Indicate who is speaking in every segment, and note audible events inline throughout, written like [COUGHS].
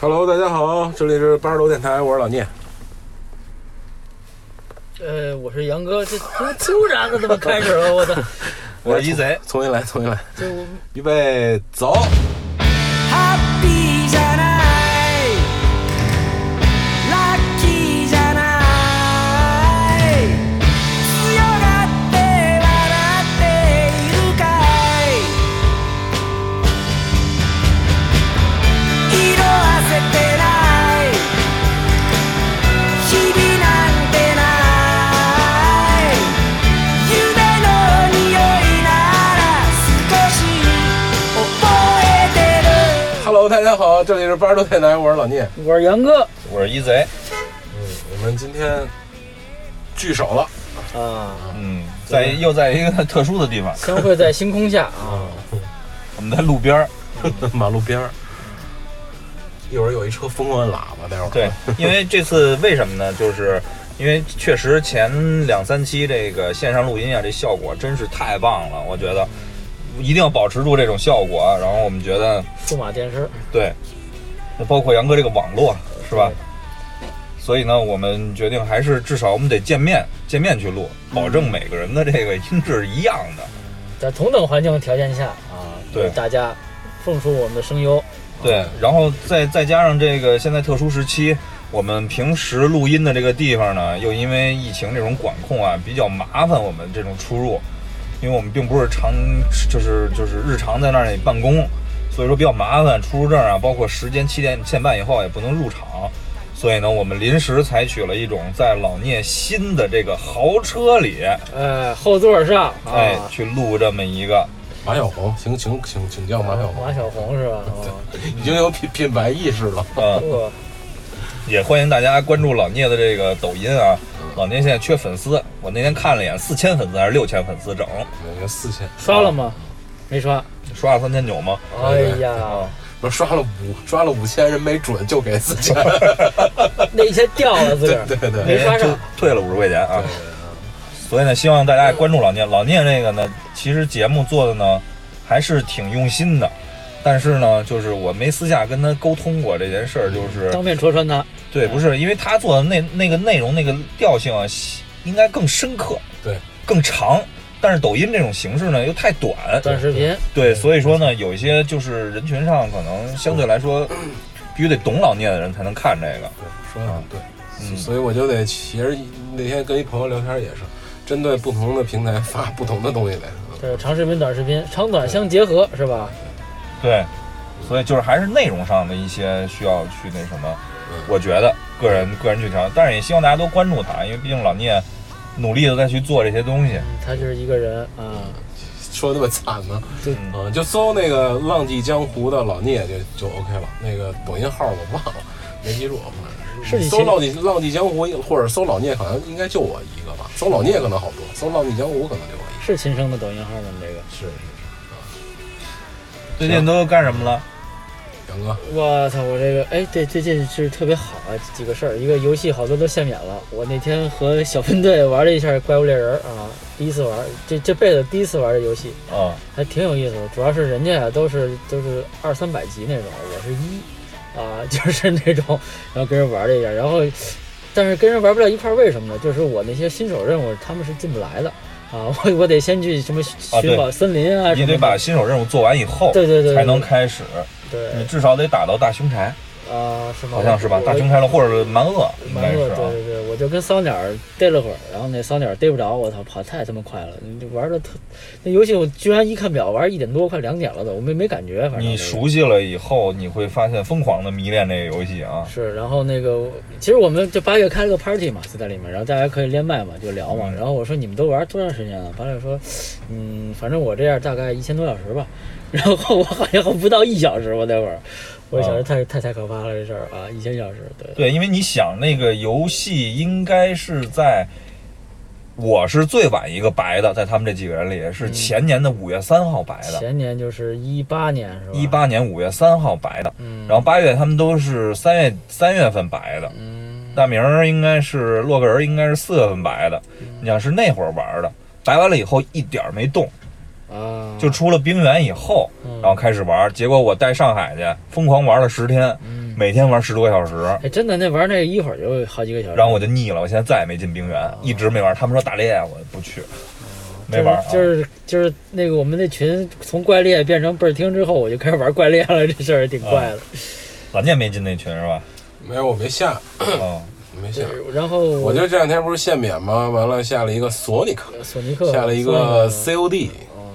Speaker 1: Hello，大家好，这里是八十楼电台，我是老聂。
Speaker 2: 呃，我是杨哥，这 [LAUGHS] 怎么突然的怎么
Speaker 1: [LAUGHS]
Speaker 2: 开始了？我操！
Speaker 3: 我是一贼，
Speaker 1: 重新来，重新来，
Speaker 2: 这我
Speaker 1: 预备走。
Speaker 4: Happy じゃないラッキーじゃない強がって笑っているかい色あせてない日々なんてない夢の匂いなら少し覚えてる
Speaker 1: Hello，大家好，这里是八十楼电台，我是老聂。
Speaker 2: 我是杨哥
Speaker 3: 我是一贼。
Speaker 1: 我们今天聚首了，
Speaker 2: 啊，
Speaker 3: 嗯，在又在一个特殊的地方，
Speaker 2: 相会在星空下啊，
Speaker 3: 我们在路边儿。
Speaker 1: [LAUGHS] 马路边儿。一会儿有一车疯狂按喇叭，待会儿。 [LAUGHS]
Speaker 3: 对，因为这次为什么呢？就是因为确实前两三期这个线上录音啊，这效果真是太棒了，我觉得一定要保持住这种效果。然后我们觉得，
Speaker 2: 数码电视
Speaker 3: 对，那包括杨哥这个网络是吧？所以呢，我们决定还是至少我们得见面，见面去录，保证每个人的这个音质一样的。
Speaker 2: 在同等环境条件下啊，
Speaker 3: 对
Speaker 2: 为大家奉出我们的声优，
Speaker 3: 对，然后再再加上这个现在特殊时期，我们平时录音的这个地方呢，又因为疫情这种管控啊，比较麻烦我们这种出入，因为我们并不是常就是就是日常在那里办公，所以说比较麻烦，出入证啊，包括时间七点七点半以后也不能入场，所以呢，我们临时采取了一种在老聂新的这个豪车里，
Speaker 2: 呃，后座上啊，
Speaker 3: 哎，去录这么一个，
Speaker 1: 马小红，请请请请教马小红，
Speaker 2: 马小红是吧？啊
Speaker 1: 已经有品品牌意识了。
Speaker 3: 嗯。
Speaker 2: 呵，
Speaker 3: 也欢迎大家关注老聂的这个抖音啊。老聂现在缺粉丝，我那天看了一眼，四千粉丝还是六千粉丝整，
Speaker 1: 那个四千，
Speaker 2: 刷了吗？没刷。
Speaker 3: 刷了三千九吗？
Speaker 2: 哎呀，
Speaker 1: 不是刷了五刷了五千，人没准就给四千。
Speaker 2: 那天掉了自
Speaker 1: 对
Speaker 2: 个儿
Speaker 1: [LAUGHS] 对对，
Speaker 2: 没刷上
Speaker 3: 哎就退了五十块钱啊。所以呢，希望大家也关注老聂。老聂这个呢，其实节目做的呢还是挺用心的，但是呢，就是我没私下跟他沟通过这件事儿，就是
Speaker 2: 当面戳穿他。
Speaker 3: 对，不是因为他做的那那个内容那个调性啊，应该更深刻，
Speaker 1: 对，
Speaker 3: 更长。但是抖音这种形式呢，又太短，
Speaker 2: 短视频，
Speaker 3: 对，所以说呢，有一些就是人群上可能相对
Speaker 2: [CLEARS THROAT]
Speaker 3: 来说，必须得懂老聂的人才能看这个。
Speaker 1: 对，说的很对，
Speaker 3: 嗯
Speaker 1: 所以我就得，其实那天跟一朋友聊天也是，针对不同的平台发不同的东西来。
Speaker 2: 对，长视频、短视频，长短相结合是吧？
Speaker 3: 对，所以就是还是内容上的一些需要去那什么，
Speaker 2: 嗯
Speaker 3: 我觉得个人个人去调，但是也希望大家多关注他，因为毕竟老聂努力的在去做这些东西。
Speaker 2: 他就是一个人啊，
Speaker 1: 说那么惨呢，
Speaker 2: 对
Speaker 1: 嗯，就搜那个《浪迹江湖》的老聂就就 OK 了。那个抖音号我忘了，没记住，反正
Speaker 2: 是你
Speaker 1: 搜
Speaker 2: 其
Speaker 1: 《浪迹浪迹江湖》或者搜老聂，好像应该就我一个吧。搜老聂可能好多，搜《浪迹江湖》可能就我一个。
Speaker 2: 是亲生的抖音号吗？你这个，
Speaker 1: 是是
Speaker 3: 最近都干什么了？
Speaker 1: 是，杨哥，
Speaker 2: 我操，我这个，哎，对，最近是特别好啊，几个事儿，一个游戏好多都限免了。我那天和小分队玩了一下《怪物猎人》啊，第一次玩，这这辈子第一次玩这游戏，
Speaker 3: 嗯，
Speaker 2: 还挺有意思的。主要是人家啊都是都是二三百级那种，我是一啊，就是那种，然后跟人玩了一下，然后但是跟人玩不了一块儿，为什么呢？就是我那些新手任务他们是进不来的啊， [LAUGHS] 我我得先去什么寻宝森林啊什
Speaker 3: 你
Speaker 2: 么
Speaker 3: 得
Speaker 2: 的，
Speaker 3: 把新手任务做完以后，
Speaker 2: 对对对对
Speaker 3: 才能开始。
Speaker 2: 对
Speaker 3: 你至少得打到大熊柴，
Speaker 2: 啊，是吗？
Speaker 3: 好像是吧？
Speaker 2: 我
Speaker 3: 大熊柴了，或者蛮恶，应
Speaker 2: 完
Speaker 3: 该是
Speaker 2: 了，
Speaker 3: 啊。
Speaker 2: 对对对，我就跟骚鸟逮了会儿，然后那骚鸟逮不着，我操，跑太他妈快了，你这玩的特，那游戏我居然一看表玩一点多，快两点了都，我没没感觉，反正
Speaker 3: 你
Speaker 2: 就是
Speaker 3: 熟悉了以后，你会发现疯狂的迷恋这个游戏啊。
Speaker 2: 是，然后那个，其实我们就八月开了个 party 嘛，就在里面，然后大家可以连麦嘛，就聊嘛。
Speaker 3: 嗯
Speaker 2: 然后我说你们都玩多长时间了？八月说，嗯，反正我这样大概一千多小时吧。 [LAUGHS] 然后我好像不到一小时，我那会儿，我小时
Speaker 3: 啊
Speaker 2: 太太太可怕了这事儿啊，一千小时，对，
Speaker 3: 对，因为你想那个游戏应该是在，我是最晚一个白的，在他们这几个人里是前年的五月三号白的，
Speaker 2: 嗯前年就是一八年是吧？
Speaker 3: 一，八年五月三号白的，
Speaker 2: 嗯，
Speaker 3: 然后八月他们都是三月三月份白的，
Speaker 2: 嗯，
Speaker 3: 大明儿应该是洛克人应该是四月份白的，
Speaker 2: 嗯
Speaker 3: 你想是那会儿玩的，白完了以后一点儿没动，
Speaker 2: 啊，
Speaker 3: 就出了冰原以后，
Speaker 2: 嗯
Speaker 3: 然后开始玩，结果我带上海去疯狂玩了十天，
Speaker 2: 嗯
Speaker 3: 每天玩十多个小时，
Speaker 2: 哎，真的那玩那一会儿就好几个小时。
Speaker 3: 然后我就腻了，我现在再也没进冰原，
Speaker 2: 哦
Speaker 3: 一直没玩。他们说打猎，我不去，没玩。啊
Speaker 2: 就是是就是就是那个我们那群从怪猎变成倍儿听之后，我就开始玩怪猎了，这事儿也挺
Speaker 3: 啊
Speaker 2: 怪的。
Speaker 3: 蓝念没进那群是吧？
Speaker 1: 没有，我没下，
Speaker 3: 嗯，
Speaker 1: 没下
Speaker 2: 对。然后
Speaker 1: 我就这两天不是限免吗？完了下了一个索尼克，
Speaker 2: 索尼克
Speaker 1: 下了一
Speaker 2: 索尼
Speaker 1: 个
Speaker 2: 克
Speaker 1: COD，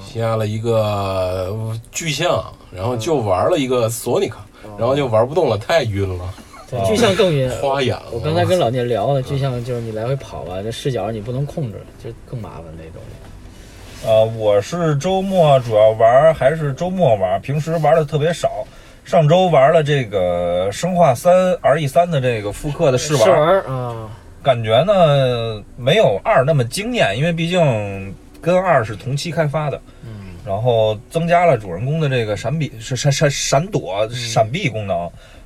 Speaker 1: 下
Speaker 2: 嗯
Speaker 1: 了一个呃巨象，然后就玩了一个索尼克，
Speaker 2: 嗯
Speaker 1: 然后就玩不动了，太晕了，
Speaker 2: 对巨像更晕。
Speaker 1: 啊花啊眼了。
Speaker 2: 嗯我刚才跟老聂聊呢，巨像就是你来回跑啊，这视角你不能控制，就更麻烦那种。
Speaker 3: 呃，我是周末主要玩，还是周末玩，平时玩的特别少。上周玩了这个《生化三 RE 三》的这个复刻的试
Speaker 2: 试玩
Speaker 3: 玩，
Speaker 2: 儿啊，
Speaker 3: 感觉呢没有二那么惊艳，因为毕竟跟二是同期开发的。
Speaker 2: 嗯，
Speaker 3: 然后增加了主人公的这个闪避是闪闪闪躲闪避功能，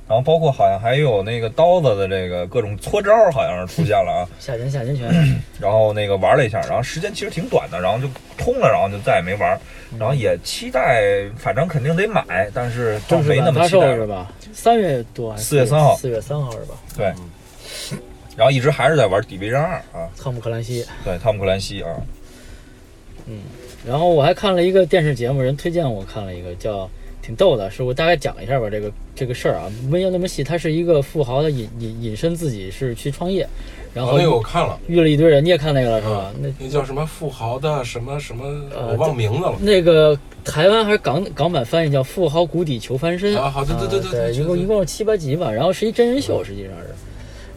Speaker 3: 然后包括好像还有那个刀子的这个各种搓招，好像是出现了啊。
Speaker 2: 下拳下拳
Speaker 3: [CLEARS THROAT]
Speaker 2: 拳，
Speaker 3: 然后那个玩了一下，然后时间其实挺短的，然后就通了，然后就再也没玩。然后也期待，反正肯定得买，但是倒
Speaker 2: 正式
Speaker 3: 没那
Speaker 2: 版
Speaker 3: 么
Speaker 2: 发
Speaker 3: 期
Speaker 2: 售
Speaker 3: 待
Speaker 2: 是。吧？三月多还是
Speaker 3: 四月三号
Speaker 2: 四月三号是吧？
Speaker 3: 然后一直还是在玩《底维人二》啊，
Speaker 2: 汤姆克兰西。
Speaker 3: 对，汤姆克兰西啊，
Speaker 2: 然后我还看了一个电视节目，人推荐我看了一个叫挺逗的，是我大概讲一下吧，这个这个事儿啊，没有那么细。他是一个富豪的引引引申自己是去创业，然
Speaker 1: 哦
Speaker 2: 后
Speaker 1: 那个我看了，
Speaker 2: 遇了一堆人，你也看那个了是吧
Speaker 1: 啊？
Speaker 2: 那，
Speaker 1: 那叫什么富豪的什么什么，
Speaker 2: 呃
Speaker 1: 我忘名字了。
Speaker 2: 那个台湾还是港港版翻译叫《富豪谷底求翻身》
Speaker 1: 啊好对对对对嗯
Speaker 2: 啊
Speaker 1: 对
Speaker 2: 对，
Speaker 1: 对
Speaker 2: 一共
Speaker 1: 对
Speaker 2: 一共有七八集吧，然后是一真人秀，实际上是。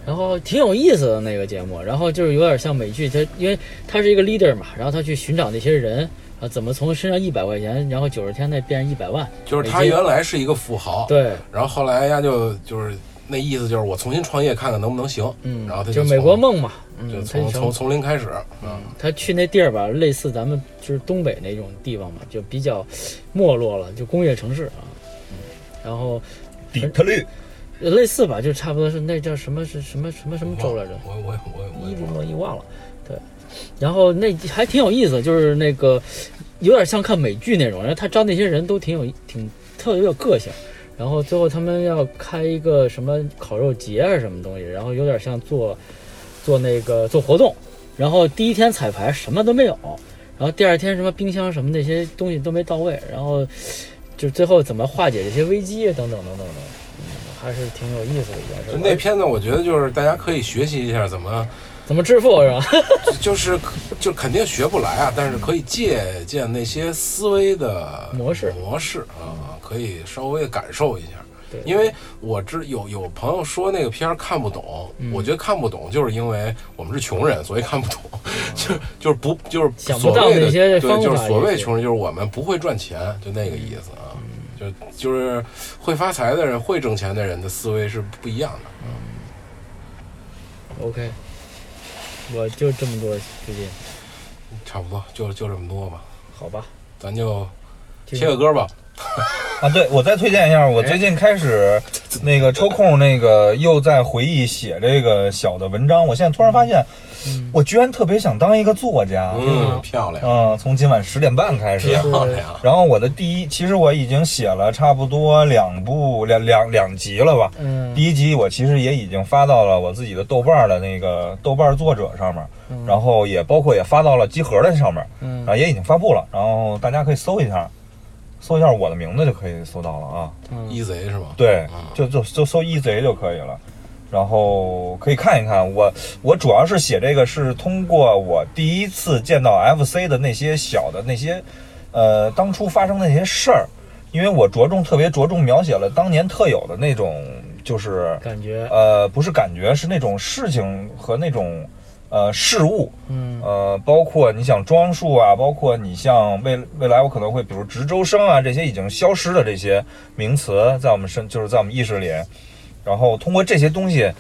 Speaker 2: 然后挺有意思的那个节目，然后就是有点像美剧，他因为他是一个 leader 嘛，然后他去寻找那些人啊，怎么从身上一百块钱，然后九十天内变一百万，
Speaker 1: 就是他原来是一个富豪，，
Speaker 2: 对，
Speaker 1: 然后后来哎呀就就是那意思就是我重新创业看看能不能行，
Speaker 2: 嗯，
Speaker 1: 然后他
Speaker 2: 就
Speaker 1: 从
Speaker 2: 美国梦嘛，
Speaker 1: 就
Speaker 2: 嗯，他
Speaker 1: 从
Speaker 2: 想
Speaker 1: 从从零开始，嗯，
Speaker 2: 他去那地儿吧，类似咱们就是东北那种地方嘛，就比较没落了，就工业城市啊，嗯，然后
Speaker 3: 底特律
Speaker 2: 呃类似吧，就差不多是那叫什么是什么什么什么州来着？
Speaker 1: 我我我我
Speaker 2: 伊利
Speaker 1: 我
Speaker 2: 诺伊忘了，对。然后那还挺有意思，就是那个有点像看美剧那种，然后他招那些人都挺有挺特别有个性。然后最后他们要开一个什么烤肉节啊还是什么东西，然后有点像做做那个做活动。然后第一天彩排什么都没有，然后第二天什么冰箱什么那些东西都没到位，然后就最后怎么化解这些危机等等等等的，嗯还是挺有意思的一件事
Speaker 1: 就
Speaker 2: 儿。
Speaker 1: 那片子，我觉得就是大家可以学习一下怎么，
Speaker 2: 怎么致富是吧？ [LAUGHS]
Speaker 1: 就就是就肯定学不来啊，但是可以借鉴那些思维的
Speaker 2: 模式嗯
Speaker 1: 模式啊，可以稍微感受一下。
Speaker 2: 对
Speaker 1: 因为我知有有朋友说那个片儿看不懂，
Speaker 2: 嗯
Speaker 1: 我觉得看不懂就是因为我们是穷人，所以看不懂， [LAUGHS] 就就是不就是
Speaker 2: 嗯想不
Speaker 1: 所
Speaker 2: 到
Speaker 1: 谓的
Speaker 2: 那些
Speaker 1: 对，
Speaker 2: 方
Speaker 1: 就是
Speaker 2: 法
Speaker 1: 所
Speaker 2: 也
Speaker 1: 谓
Speaker 2: 是
Speaker 1: 穷人，就是我们不会赚钱，就那个意思啊，就
Speaker 2: 嗯
Speaker 1: 就是会发财的人、会挣钱的人的思维是不一样的。
Speaker 2: OK，我就这么多，最近
Speaker 1: 差不多就就这么多吧，
Speaker 2: 好吧。
Speaker 1: 咱就
Speaker 2: 就
Speaker 1: 切个歌吧。
Speaker 3: 啊，对，我再推荐一下，我最近开始那个抽空那个又在回忆写这个小的文章，我现在突然发现，
Speaker 2: 嗯
Speaker 3: 我居然特别想当一个作家。
Speaker 1: 嗯，漂亮，
Speaker 3: 嗯，从今晚十点半开始。
Speaker 1: 漂亮。
Speaker 3: 然后我的第一，其实我已经写了差不多两部两两两集了吧。
Speaker 2: 嗯，
Speaker 3: 第一集我其实也已经发到了我自己的豆瓣儿的那个豆瓣儿作者上面，然后也包括也发到了集合的上面，
Speaker 2: 嗯
Speaker 3: 然后也已经发布了，然后大家可以搜一下，搜一下我的名字就可以搜到了啊。
Speaker 2: 嗯，
Speaker 1: 一贼是吗？
Speaker 3: 对
Speaker 1: 嗯，
Speaker 3: 就就就搜一贼就可以了。然后可以看一看我，我主要是写这个是通过我第一次见到 FC 的那些小的那些，呃，当初发生的那些事儿，因为我着重特别着重描写了当年特有的那种，就是
Speaker 2: 感觉
Speaker 3: 呃，不是感觉，是那种事情和那种呃事物，
Speaker 2: 嗯
Speaker 3: 呃，包括你想装束啊，包括你像未未来我可能会比如值周生啊这些已经消失的这些名词，在我们身就是在我们意识里，然后通过这些东西，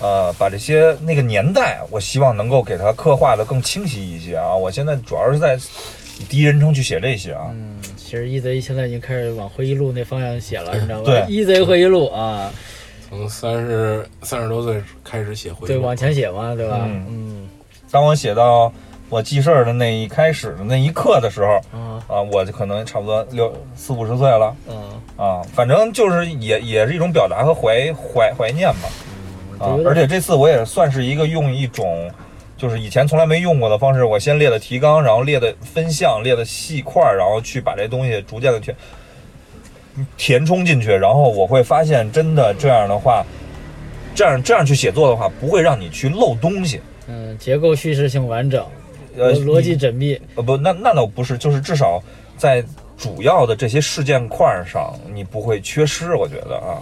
Speaker 3: 呃，把这些那个年代，我希望能够给它刻画的更清晰一些啊。我现在主要是在以第一人称去写这些啊，
Speaker 2: 嗯，其实一贼现在已经开始往回忆录那方向写了，你知道吧？
Speaker 3: 对
Speaker 2: 一贼回忆录啊，
Speaker 1: 从三十三十多岁开始写回忆录，
Speaker 2: 对，往前写嘛，对吧？
Speaker 3: 嗯
Speaker 2: 嗯
Speaker 3: 当我写到我记事儿的那一开始的那一刻的时候
Speaker 2: 啊
Speaker 3: 啊，我就可能差不多六四五十岁了
Speaker 2: 啊，
Speaker 3: 啊，反正就是也也是一种表达和怀怀怀念吧啊
Speaker 2: 嗯我觉，得
Speaker 3: 而且这次我也算是一个用一种。就是以前从来没用过的方式，我先列的提纲，然后列的分项，列的细块儿，然后去把这东西逐渐的去填充进去，然后我会发现，真的这样的话，这样这样去写作的话，不会让你去漏东西。
Speaker 2: 嗯，结构叙事性完整，
Speaker 3: 呃，
Speaker 2: 逻逻辑
Speaker 3: 你
Speaker 2: 缜密，
Speaker 3: 呃不，那那倒不是，就是至少在主要的这些事件块儿上，你不会缺失。我觉得啊，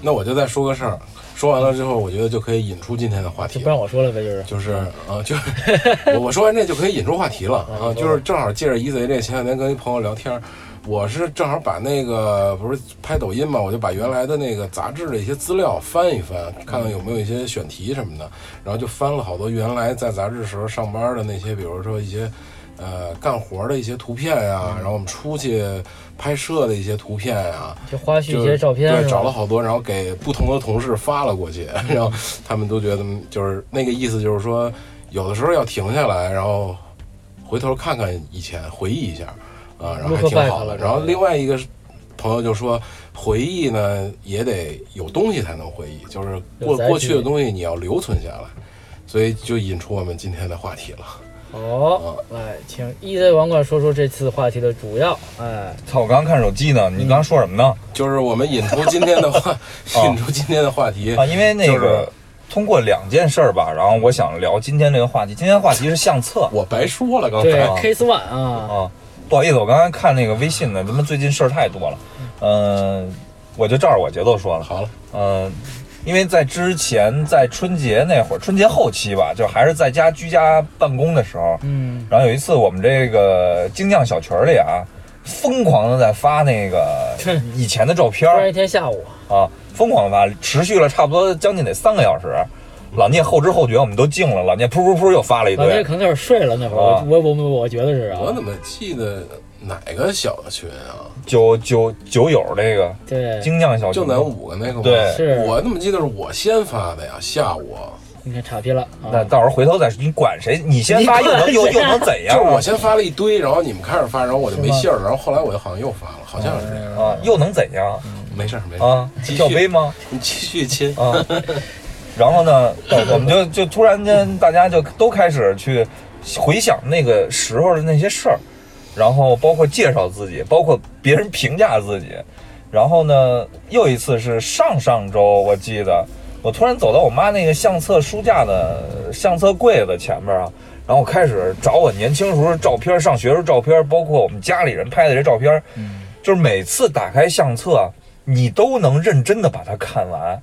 Speaker 1: 那我就再说个事儿，说完了之后，我觉得就可以引出今天的话
Speaker 2: 就
Speaker 1: 题
Speaker 2: 不
Speaker 1: 了。
Speaker 2: 让我说了呗，就是
Speaker 1: 就是啊，就是我我说完这就可以引出话题了啊，就是正好借着一贼这，前两天跟一朋友聊天儿，我是正好把那个不是拍抖音嘛，我就把原来的那个杂志的一些资料翻一翻，看看有没有一些选题什么的，然后就翻了好多原来在杂志时候上班的那些，比如说一些。呃，干活的一些图片呀、然后我们出去拍摄的一些图片呀、
Speaker 2: 就花絮
Speaker 1: 就
Speaker 2: 一些照片，
Speaker 1: 对，
Speaker 2: 是
Speaker 1: 找了
Speaker 2: 吧？嗯
Speaker 1: 好多，然后给不同的同事发了过去， [LAUGHS] 然后他们都觉得嗯就是那个意思，就是说有的时候要停下来，然后回头看看以前，回忆一下，啊，然后还
Speaker 2: Look
Speaker 1: 挺好
Speaker 2: back 了
Speaker 1: 的。
Speaker 2: 是吧
Speaker 1: 然后另外一个朋友就说，回忆呢也得有东西才能回忆，就是过
Speaker 2: 有载体
Speaker 1: 过去的东西你要留存下来，所以就引出我们今天的话题了。
Speaker 2: 好，
Speaker 3: 呃
Speaker 2: 来，请 EZ 网管说出这次话题的主要，哎，
Speaker 3: 操，我刚刚看手机呢，你刚刚说什么呢？
Speaker 1: 就是我们引出今天的
Speaker 2: [LAUGHS]
Speaker 1: 话，
Speaker 3: 哦
Speaker 1: 引出今天的话题
Speaker 2: 哦
Speaker 3: 啊，因为那个、
Speaker 1: 嗯就是
Speaker 3: 通过两件事儿吧，然后我想聊今天这个话题。今天话题是相册
Speaker 1: 我白说了，刚
Speaker 2: 对
Speaker 1: 才
Speaker 3: 啊
Speaker 2: ，Case One 啊，
Speaker 3: 啊，不好意思，我刚才看那个微信呢，咱们最近事儿太多了，嗯、我就照着我节奏说了。
Speaker 1: 好了，
Speaker 3: 嗯，因为在之前，在春节那会儿，春节后期吧，就还是在家居家办公的时候，
Speaker 2: 嗯，
Speaker 3: 然后有一次我们这个精酿小群里啊，疯狂的在发
Speaker 1: [LAUGHS]
Speaker 3: 那个以前的照片
Speaker 2: 突然
Speaker 3: 儿
Speaker 2: 一天下午，
Speaker 3: 啊，疯狂地发，持续了差不多将近得三个小时。老聂后知后觉，我们都静了，老聂噗噗噗又发了一
Speaker 2: 老聂
Speaker 3: 堆
Speaker 2: 可能那会儿睡了，那会
Speaker 3: 啊
Speaker 2: 儿，我我我我觉得是啊
Speaker 1: 我，怎么记得哪个小群啊？
Speaker 3: 酒酒酒友那个
Speaker 2: 对，
Speaker 3: 精酿小群
Speaker 1: 就，咱五个那个吗？
Speaker 3: 对
Speaker 2: 是
Speaker 1: 我怎么记得是我先发的呀？下午啊
Speaker 2: 你看岔劈了
Speaker 3: 那
Speaker 2: 啊，
Speaker 3: 到时候回头再说，你管谁？你先发
Speaker 2: 你
Speaker 3: 又
Speaker 2: 管
Speaker 3: 能又
Speaker 2: 谁
Speaker 3: 又
Speaker 2: 啊
Speaker 3: 能怎
Speaker 1: 就
Speaker 3: 样
Speaker 1: 是
Speaker 3: 啊？
Speaker 1: 我先发了一堆，然后你们开始发，然后我就没
Speaker 2: 是吗哦
Speaker 1: 信儿了，然后后来我就好像又发了，好像是这样。
Speaker 3: 啊，又能怎样
Speaker 1: 没事儿没事儿，
Speaker 3: 啊？
Speaker 1: 继续
Speaker 3: 跳杯吗？
Speaker 1: 你继续
Speaker 2: [LAUGHS]
Speaker 1: 亲。
Speaker 3: 啊。 [LAUGHS] 然后呢，我们就就突然间大家就都开始去回想那个时候的那些事儿，然后包括介绍自己，包括别人评价自己。然后呢，又一次是上上周，我记得我突然走到我妈那个相册书架的相册柜子前面啊，然后我开始找我年轻时候照片、上学时候照片，包括我们家里人拍的这照片，就是每次打开相册，你都能认真的把它看完。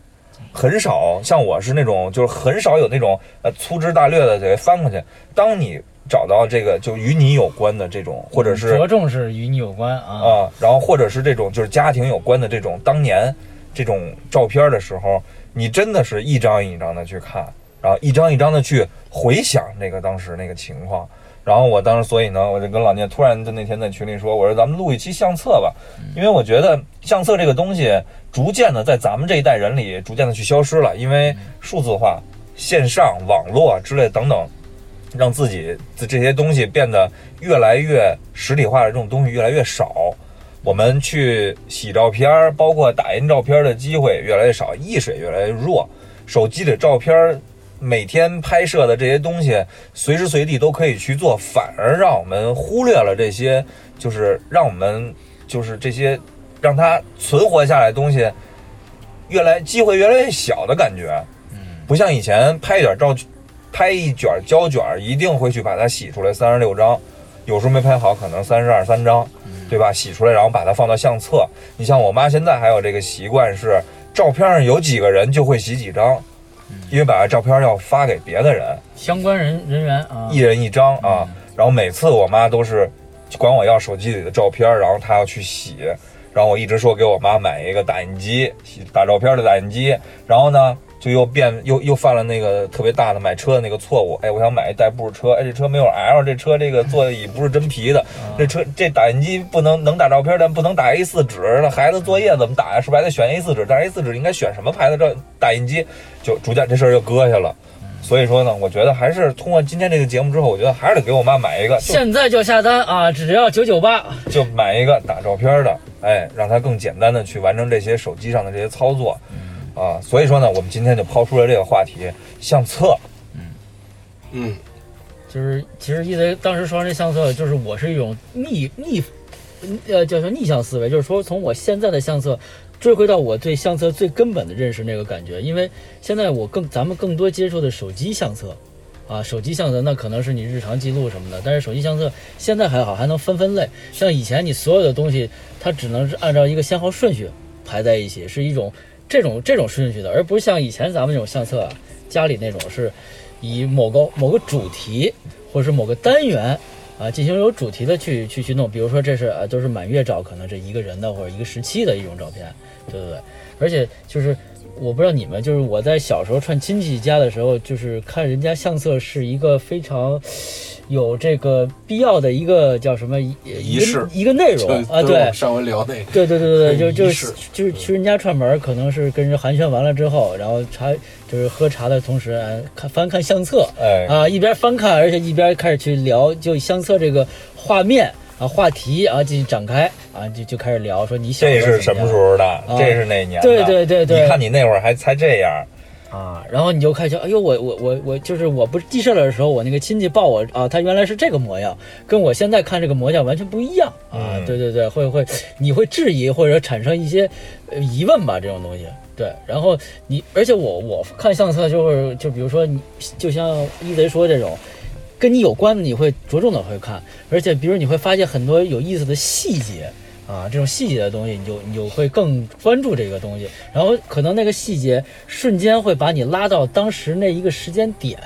Speaker 3: 很少像我是那种，就是很少有那种呃粗枝大略的给翻过去。当你找到这个就与你有关的这种，或者是
Speaker 2: 着重是与你有关啊，
Speaker 3: 啊，然后或者是这种就是家庭有关的这种当年这种照片的时候，你真的是一张一张的去看，然后一张一张的去回想那个当时那个情况。然后我当时，所以呢，我就跟老聂突然就那天在群里说，我说咱们录一期相册吧，因为我觉得相册这个东西逐渐的在咱们这一代人里逐渐的去消失了，因为数字化、线上、网络之类等等，让自己的这些东西变得越来越实体化的这种东西越来越少，我们去洗照片儿，包括打印照片儿的机会越来越少，意识也越来越弱。手机里照片儿每天拍摄的这些东西，随时随地都可以去做，反而让我们忽略了这些，就是让我们就是这些让它存活下来的东西，越来机会越来越小的感觉。不像以前拍一点照，拍一卷胶卷儿，一定会去把它洗出来三十六张，有时候没拍好，可能三十二三张，对吧？洗出来然后把它放到相册。你像我妈现在还有这个习惯是，照片上有几个人就会洗几张，因为把照片要发给别的人，
Speaker 2: 相关人人员啊，
Speaker 3: 一人一张啊。然后每次我妈都是管我要手机里的照片，然后她要去洗。然后我一直说给我妈买一个打印机，洗打照片的打印机。然后呢，就又变又又犯了那个特别大的买车的那个错误。哎，我想买一代步车，哎，这车没有 L，这车这个座椅不是真皮的，这车这打印机不能能打照片，但不能打 A4 纸。那孩子作业怎么打呀？是不是还得选 A4 纸？但是 A4 纸应该选什么牌子这打印机？就逐渐这事儿就搁下了。所以说呢，我觉得还是通过今天这个节目之后，我觉得还是得给我妈买一个，就
Speaker 2: 现在就下单啊，只要九九八。
Speaker 3: 就买一个打照片的，哎，让它更简单的去完成这些手机上的这些操作，
Speaker 2: 嗯
Speaker 3: 啊，所以说呢，我们今天就抛出了这个话题，相册，
Speaker 1: 嗯，
Speaker 2: 就是其实一贼当时说完这相册，就是我是一种逆逆，呃，叫什么逆向思维，就是说从我现在的相册追回到我对相册最根本的认识那个感觉，因为现在我更咱们更多接触的手机相册。啊，手机相册那可能是你日常记录什么的，但是手机相册现在还好，还能分分类。像以前你所有的东西，它只能是按照一个先后顺序排在一起，是一种这种这种顺序的，而不是像以前咱们这种相册啊，家里那种是以某个某个主题或者是某个单元啊进行有主题的去去去弄，比如说这是啊都是满月照，可能这一个人的或者一个时期的一种照片，对对对，而且就是我不知道你们，就是我在小时候串亲戚家的时候，就是看人家相册是一个非常有这个必要的一个叫什么一
Speaker 1: 仪
Speaker 2: 一个
Speaker 1: 式
Speaker 2: 一个内
Speaker 1: 就
Speaker 2: 容啊，
Speaker 1: 就
Speaker 2: 对
Speaker 1: 是我们，上回聊那个，
Speaker 2: 对对对对对，就
Speaker 1: 仪
Speaker 2: 就是
Speaker 1: 式嗯
Speaker 2: 就是去人家串门儿，可能是跟人寒暄完了之后，然后茶就是喝茶的同时，哎看翻看相册
Speaker 3: 哎，
Speaker 2: 啊，一边翻看，而且一边开始去聊，就相册这个画面啊、话题啊进行展开啊，就就开始聊说你小
Speaker 3: 这
Speaker 2: 时候
Speaker 3: 是
Speaker 2: 怎
Speaker 3: 什
Speaker 2: 么
Speaker 3: 么时
Speaker 2: 样啊
Speaker 3: 候的？这是哪年的？
Speaker 2: 对对对对
Speaker 3: 你看你那会儿还才这样，
Speaker 2: 啊，然后你就开始，哎呦，我我我我就是我不是记事儿的时候，我那个亲戚抱我啊，他原来是这个模样，跟我现在看这个模样完全不一样啊。
Speaker 3: 嗯
Speaker 2: 对对对，会会，你会质疑或者产生一些呃疑问吧，这种东西。对，然后你，而且我我看相册就是就比如说你，就像一贼说这种。跟你有关的，你会着重的会看，而且比如你会发现很多有意思的细节啊，这种细节的东西，你就你就会更关注这个东西，然后可能那个细节瞬间会把你拉到当时那一个时间点。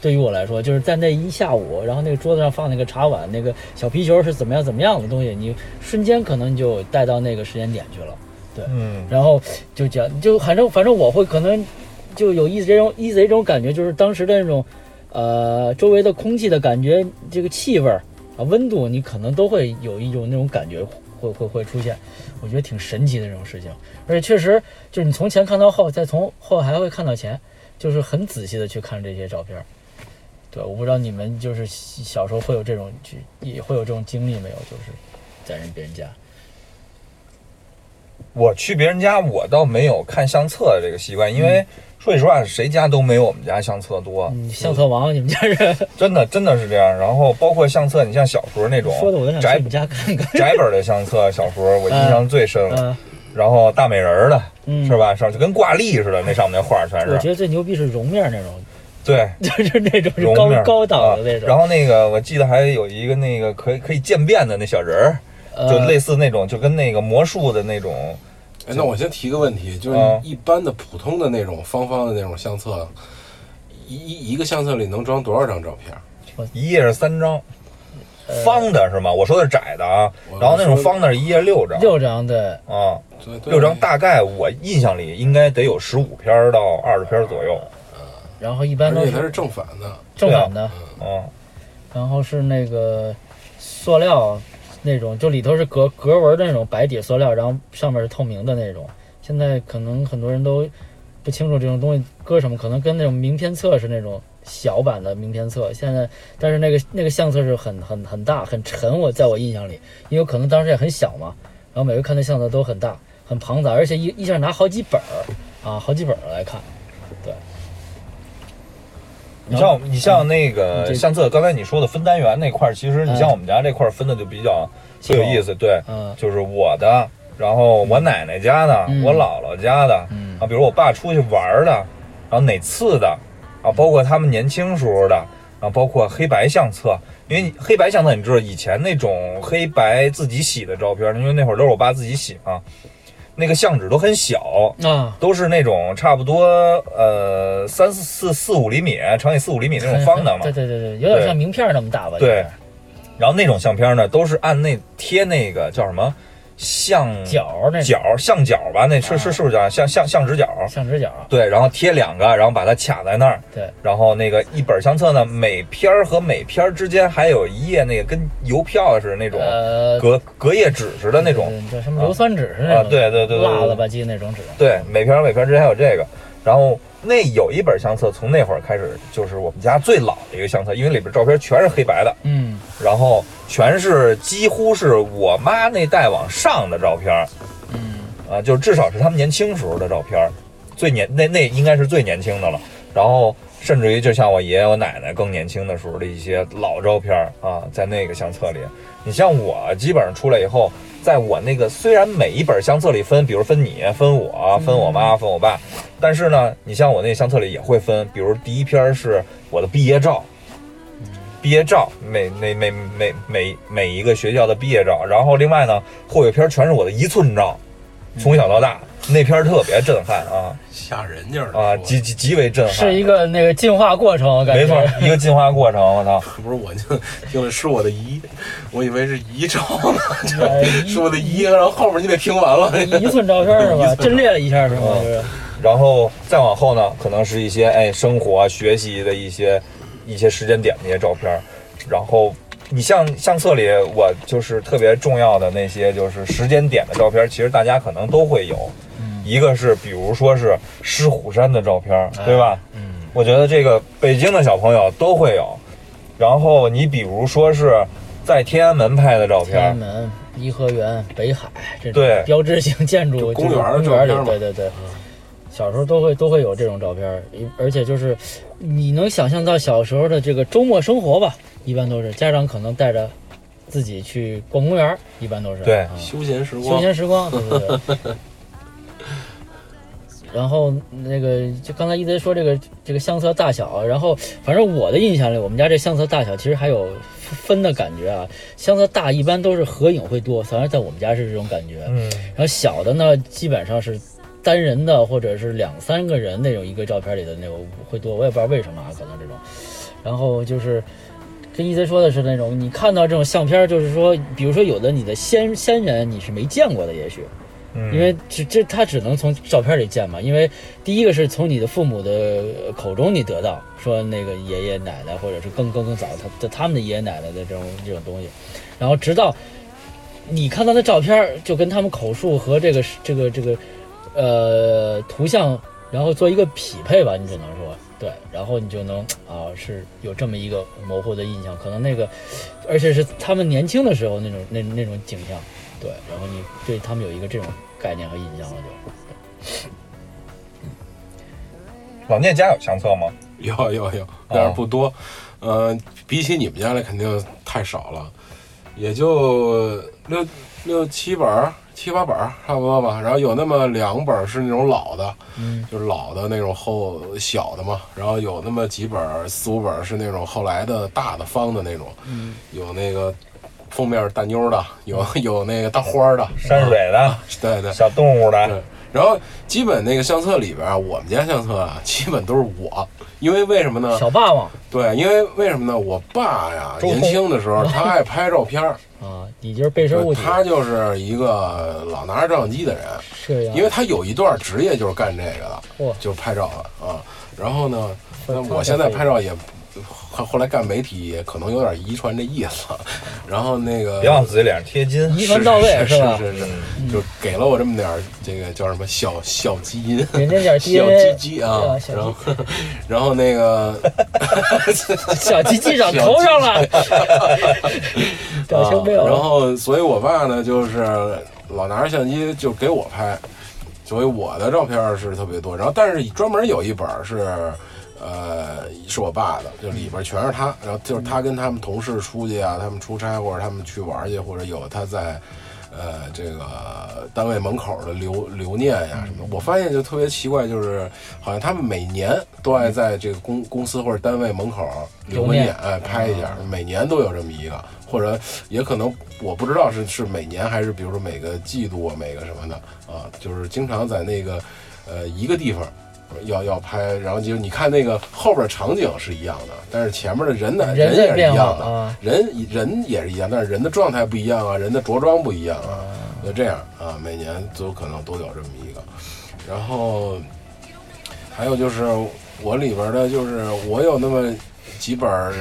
Speaker 2: 对于我来说，就是在那一下午，然后那个桌子上放那个茶碗，那个小皮球是怎么样怎么样的东西，你瞬间可能就带到那个时间点去了。
Speaker 3: 嗯，
Speaker 2: 然后就讲，就反正反正我会可能就有一贼这种一贼这种感觉，就是当时的那种呃周围的空气的感觉，这个气味儿啊温度，你可能都会有一种那种感觉会会会出现，我觉得挺神奇的这种事情，而且确实就是你从前看到后，再从后还会看到前，就是很仔细的去看这些照片儿。对，我不知道你们就是小时候会有这种去，也会有这种经历没有？就是在人别人家，
Speaker 3: 我去别人家，我倒没有看相册的这个习惯，因为说句实话，谁家都没有我们家相册多，
Speaker 2: 嗯，相册王，你们家人。
Speaker 3: 真的真的是这样。然后包括相册，你像小时候那种
Speaker 2: 说的我都想去
Speaker 3: 宅
Speaker 2: 你们家看看。
Speaker 3: 宅本的相册，小时候我印象最深了。
Speaker 2: 嗯，
Speaker 3: 然后大美人儿的，
Speaker 2: 嗯
Speaker 3: 是吧？上就跟挂历似的，那上面那画儿全
Speaker 2: 我觉
Speaker 3: 是。
Speaker 2: 得最牛逼是绒面那种， [LAUGHS]
Speaker 3: 对，
Speaker 2: 就是那种是
Speaker 3: 绒
Speaker 2: 高
Speaker 3: 面儿
Speaker 2: 高档的
Speaker 3: 啊
Speaker 2: 那种。
Speaker 3: 然后那个我记得还有一个那个可以可以渐变的那小人儿，
Speaker 2: 呃
Speaker 3: 就类似那种，就跟那个魔术的那种，
Speaker 1: 哎，那我先提个问题，就是
Speaker 3: 嗯
Speaker 1: 一般的普通的那种方方的那种相册，一一一个相册里能装多少张照片？
Speaker 3: 一页是三张，
Speaker 2: 呃
Speaker 3: 方的是吗？我说的是窄的啊
Speaker 1: 我，
Speaker 3: 然后那种
Speaker 1: 说
Speaker 3: 方的是一页六张，
Speaker 2: 六张对，
Speaker 3: 啊，
Speaker 1: 对对
Speaker 3: 六张大概我印象里应该得有十五篇儿到二十篇儿左右，
Speaker 2: 然后一般
Speaker 1: 而
Speaker 2: 都
Speaker 1: 且它
Speaker 2: 是
Speaker 1: 是正反的，
Speaker 2: 正反的，
Speaker 3: 啊，
Speaker 2: 然后是那个塑料那种，就里头是格格纹的那种白底塑料，然后上面是透明的那种。现在可能很多人都不清楚这种东西搁什么，可能跟那种名片册是那种小版的名片册。现在，但是那个那个相册是很很很大很沉，我在我印象里，因为可能当时也很小嘛，然后每回看那相册都很大很庞杂，而且一一下拿好几本儿啊，好几本儿来看。
Speaker 3: 你像你像那
Speaker 2: 嗯
Speaker 3: 个
Speaker 2: 这
Speaker 3: 相册，刚才你说的分单元那块儿，其实你像
Speaker 2: 嗯
Speaker 3: 我们家这块儿分的就比较最有意思，对，
Speaker 2: 嗯
Speaker 3: 就是我的，然后我奶奶家的，
Speaker 2: 嗯
Speaker 3: 我姥姥家的，
Speaker 2: 嗯
Speaker 3: 啊，比如我爸出去玩儿的，然后哪次的，啊，包括他们年轻时候的，啊，包括黑白相册，因为黑白相册你知道以前那种黑白自己洗的照片，因为那会儿都是我爸自己洗嘛，那个相纸都很小，
Speaker 2: 啊，
Speaker 3: 都是那种差不多呃三四四四五厘米乘以四五厘米那种方的嘛
Speaker 2: [LAUGHS] 对，对对对，有点像名片那么大吧？有
Speaker 3: 对
Speaker 2: 点。
Speaker 3: 然后那种相片呢，都是按那贴那个叫什么相
Speaker 2: 角儿那种
Speaker 3: 嗯角相角吧，那是是是不是叫相相相纸角？
Speaker 2: 像直角，
Speaker 3: 对，然后贴两个，然后把它卡在那儿。
Speaker 2: 对，
Speaker 3: 然后那个一本相册呢，每篇儿和每篇儿之间还有一页那个跟邮票似的那种
Speaker 2: 呃，嗯
Speaker 3: 隔隔页纸似的那种。
Speaker 2: 对叫什么硫酸纸是那
Speaker 3: 啊
Speaker 2: 种，
Speaker 3: 对对对对对
Speaker 2: 辣了吧唧那种纸，
Speaker 3: 对，每篇儿每篇儿之间还有这个。然后那有一本相册，从那会儿开始就是我们家最老的一个相册，因为里边照片全是黑白的，
Speaker 2: 嗯，
Speaker 3: 然后全是几乎是我妈那代往上的照片，嗯，啊，就至少是他们年轻时候的照片，最年那那应该是最年轻的了。然后甚至于就像我爷爷我奶奶更年轻的时候的一些老照片啊，在那个相册里，你像我基本上出来以后，在我那个虽然每一本相册里分，比如分你、分我、分我妈、分我爸，但是呢，你像我那相册里也会分，比如第一篇是我的毕业照。毕业照，每每每每每每一个学校的毕业照，然后另外呢，后有一篇全是我的一寸照，从小到大那篇特别震撼啊
Speaker 1: 吓人家了
Speaker 3: 啊，极极极为震撼，
Speaker 2: 是一个那个进化过程，我感觉
Speaker 3: 没错，
Speaker 2: [LAUGHS]
Speaker 3: 一个进化过程，我操，
Speaker 1: [LAUGHS] 不是我就听了是我的姨，我以为是遗照
Speaker 2: 哎
Speaker 1: 呢，是我的姨，然后后面你得听完了。
Speaker 2: 一寸照片是
Speaker 1: 一
Speaker 3: [LAUGHS]
Speaker 2: 吧？
Speaker 1: 寸
Speaker 2: 阵列了一下是吧？
Speaker 3: 嗯
Speaker 2: 就是
Speaker 3: 然后再往后呢，可能是一些哎生活啊、学习的一些一些时间点的一些照片儿。然后你像相册里，我就是特别重要的那些就是时间点的照片儿，其实大家可能都会有。
Speaker 2: 嗯
Speaker 3: 一个是比如说是狮虎山的照片儿，对吧？
Speaker 2: 嗯，
Speaker 3: 我觉得这个北京的小朋友都会有。然后你比如说是在天安门拍的照片
Speaker 2: 天
Speaker 3: 儿
Speaker 2: 安，门、颐和园、北海这
Speaker 3: 对
Speaker 2: 种标志性建筑，
Speaker 1: 就公
Speaker 2: 这
Speaker 1: 园
Speaker 2: 种
Speaker 1: 儿
Speaker 2: 公
Speaker 1: 的
Speaker 2: 园儿
Speaker 1: 照片
Speaker 2: 里
Speaker 1: 嘛嗯
Speaker 2: 对对对。小时候都会都会有这种照片儿，一而且就是你能想象到小时候的这个周末生活吧，一般都是家长可能带着自己去逛公园儿，一般都是
Speaker 3: 对
Speaker 2: 啊
Speaker 1: [LAUGHS] 休闲时
Speaker 2: 休
Speaker 1: 光，
Speaker 2: 闲时光，对对对。
Speaker 1: [LAUGHS]
Speaker 2: 然后那个，就刚才一贼说这个这个相册大小，啊然后反正我的印象里，我们家这相册大小其实还有分的感觉啊。相册大一般都是合影会多，反正在我们家是这种感觉。
Speaker 3: 嗯，
Speaker 2: 然后小的呢，基本上是单人的或者是两三个人那种一个照片里的那种会多，我也不知道为什么啊，可能这种。然后就是跟一贼说的是那种，你看到这种相片，就是说，比如说有的你的先先人你是没见过的，也许
Speaker 3: 嗯
Speaker 2: 因为只这他只能从照片里见嘛，因为第一个是从你的父母的呃口中你得到说那个爷爷奶奶或者是更更更早他他他们的爷爷奶奶的这种这种东西，然后直到你看到的照片儿就跟他们口述和这个这个这个呃图像，然后做一个匹配吧，你只能说对，然后你就能啊是有这么一个模糊的印象，可能那个而且是他们年轻的时候那种那那种景象，对，然后你对他们有一个这种概念和印象了就。
Speaker 3: 老聂家有相册吗？
Speaker 1: 有有有，但是不多。呃，比起你们家来，肯定太少了，也就六六七本儿、七八本儿差不多吧。然后有那么两本儿是那种老的，
Speaker 2: 嗯，
Speaker 1: 就是老的那种后小的嘛，然后有那么几本儿四五本儿是那种后来的大的方的那种，嗯，有那个封面大妞儿的，有有那个大花儿的，
Speaker 3: 山水的、
Speaker 2: 啊
Speaker 1: 对对
Speaker 3: 小动物的
Speaker 1: 对，然后基本那个相册里边儿啊，我们家相册啊，基本都是我，因为为什么呢？
Speaker 2: 小霸王
Speaker 1: 对，因为为什么呢？我爸呀，
Speaker 3: 周
Speaker 1: 年
Speaker 3: 通
Speaker 1: 轻的时候他爱拍照片儿，
Speaker 2: 啊， [LAUGHS] 你就是被摄物体，
Speaker 1: 他就是一个老拿着照相机的人，
Speaker 2: 是啊呀，
Speaker 1: 因为他有一段职业就是干这个的。
Speaker 2: 嚯
Speaker 1: 就是拍照了啊。然后呢，
Speaker 2: 不是
Speaker 1: 那
Speaker 2: 他
Speaker 1: 我
Speaker 2: 们
Speaker 1: 现在
Speaker 2: 可以
Speaker 1: 拍照也，后后来干媒体也可能有点遗传这意思。然后那个
Speaker 3: 别
Speaker 1: [LAUGHS]
Speaker 3: 往自己脸上贴金。
Speaker 2: 遗传到位
Speaker 1: 是
Speaker 2: 吧？嗯
Speaker 1: 是是是，就给了我这么点儿这个叫什么小小基因。
Speaker 2: 人家
Speaker 1: [LAUGHS]
Speaker 2: 点
Speaker 1: 小
Speaker 2: DNA，
Speaker 1: 鸡鸡啊，
Speaker 2: 小
Speaker 1: 然后， [LAUGHS] 然后那个，
Speaker 2: 小鸡鸡长头上了，表情没有
Speaker 1: 啊然
Speaker 2: 了。
Speaker 1: 后，所以我爸呢，就是老拿着相机就给我拍，所以我的照片是特别多。然后，但是专门呃有一本是，呃，是我爸的，就里边全是他。然后就是他跟他们同事出去啊，他们出差或者他们去玩去，或者有他在。呃，这个单位门口的留留念呀什么的，我发现就特别奇怪，就是好像他们每年都爱在这个公公司或者单位门口留个
Speaker 2: 留念
Speaker 1: 念，哎，拍一
Speaker 2: 嗯
Speaker 1: 下，每年都有这么一个，或者也可能我不知道是是每年还是比如说每个季度啊，每个什么的啊，就是经常在那个呃一个地方要要拍，然后就是你看那个后边场景是一样的，但是前面的人呢
Speaker 2: 人
Speaker 1: 人
Speaker 2: 在
Speaker 1: 也是
Speaker 2: 变
Speaker 1: 一
Speaker 2: 化
Speaker 1: 样的，
Speaker 2: 啊
Speaker 1: 人人也是一样，但是人的状态不一样啊，人的着装不一样啊，就这样啊，每年都可能都有这么一个，然后还有就是我里边的，就是我有那么几本儿，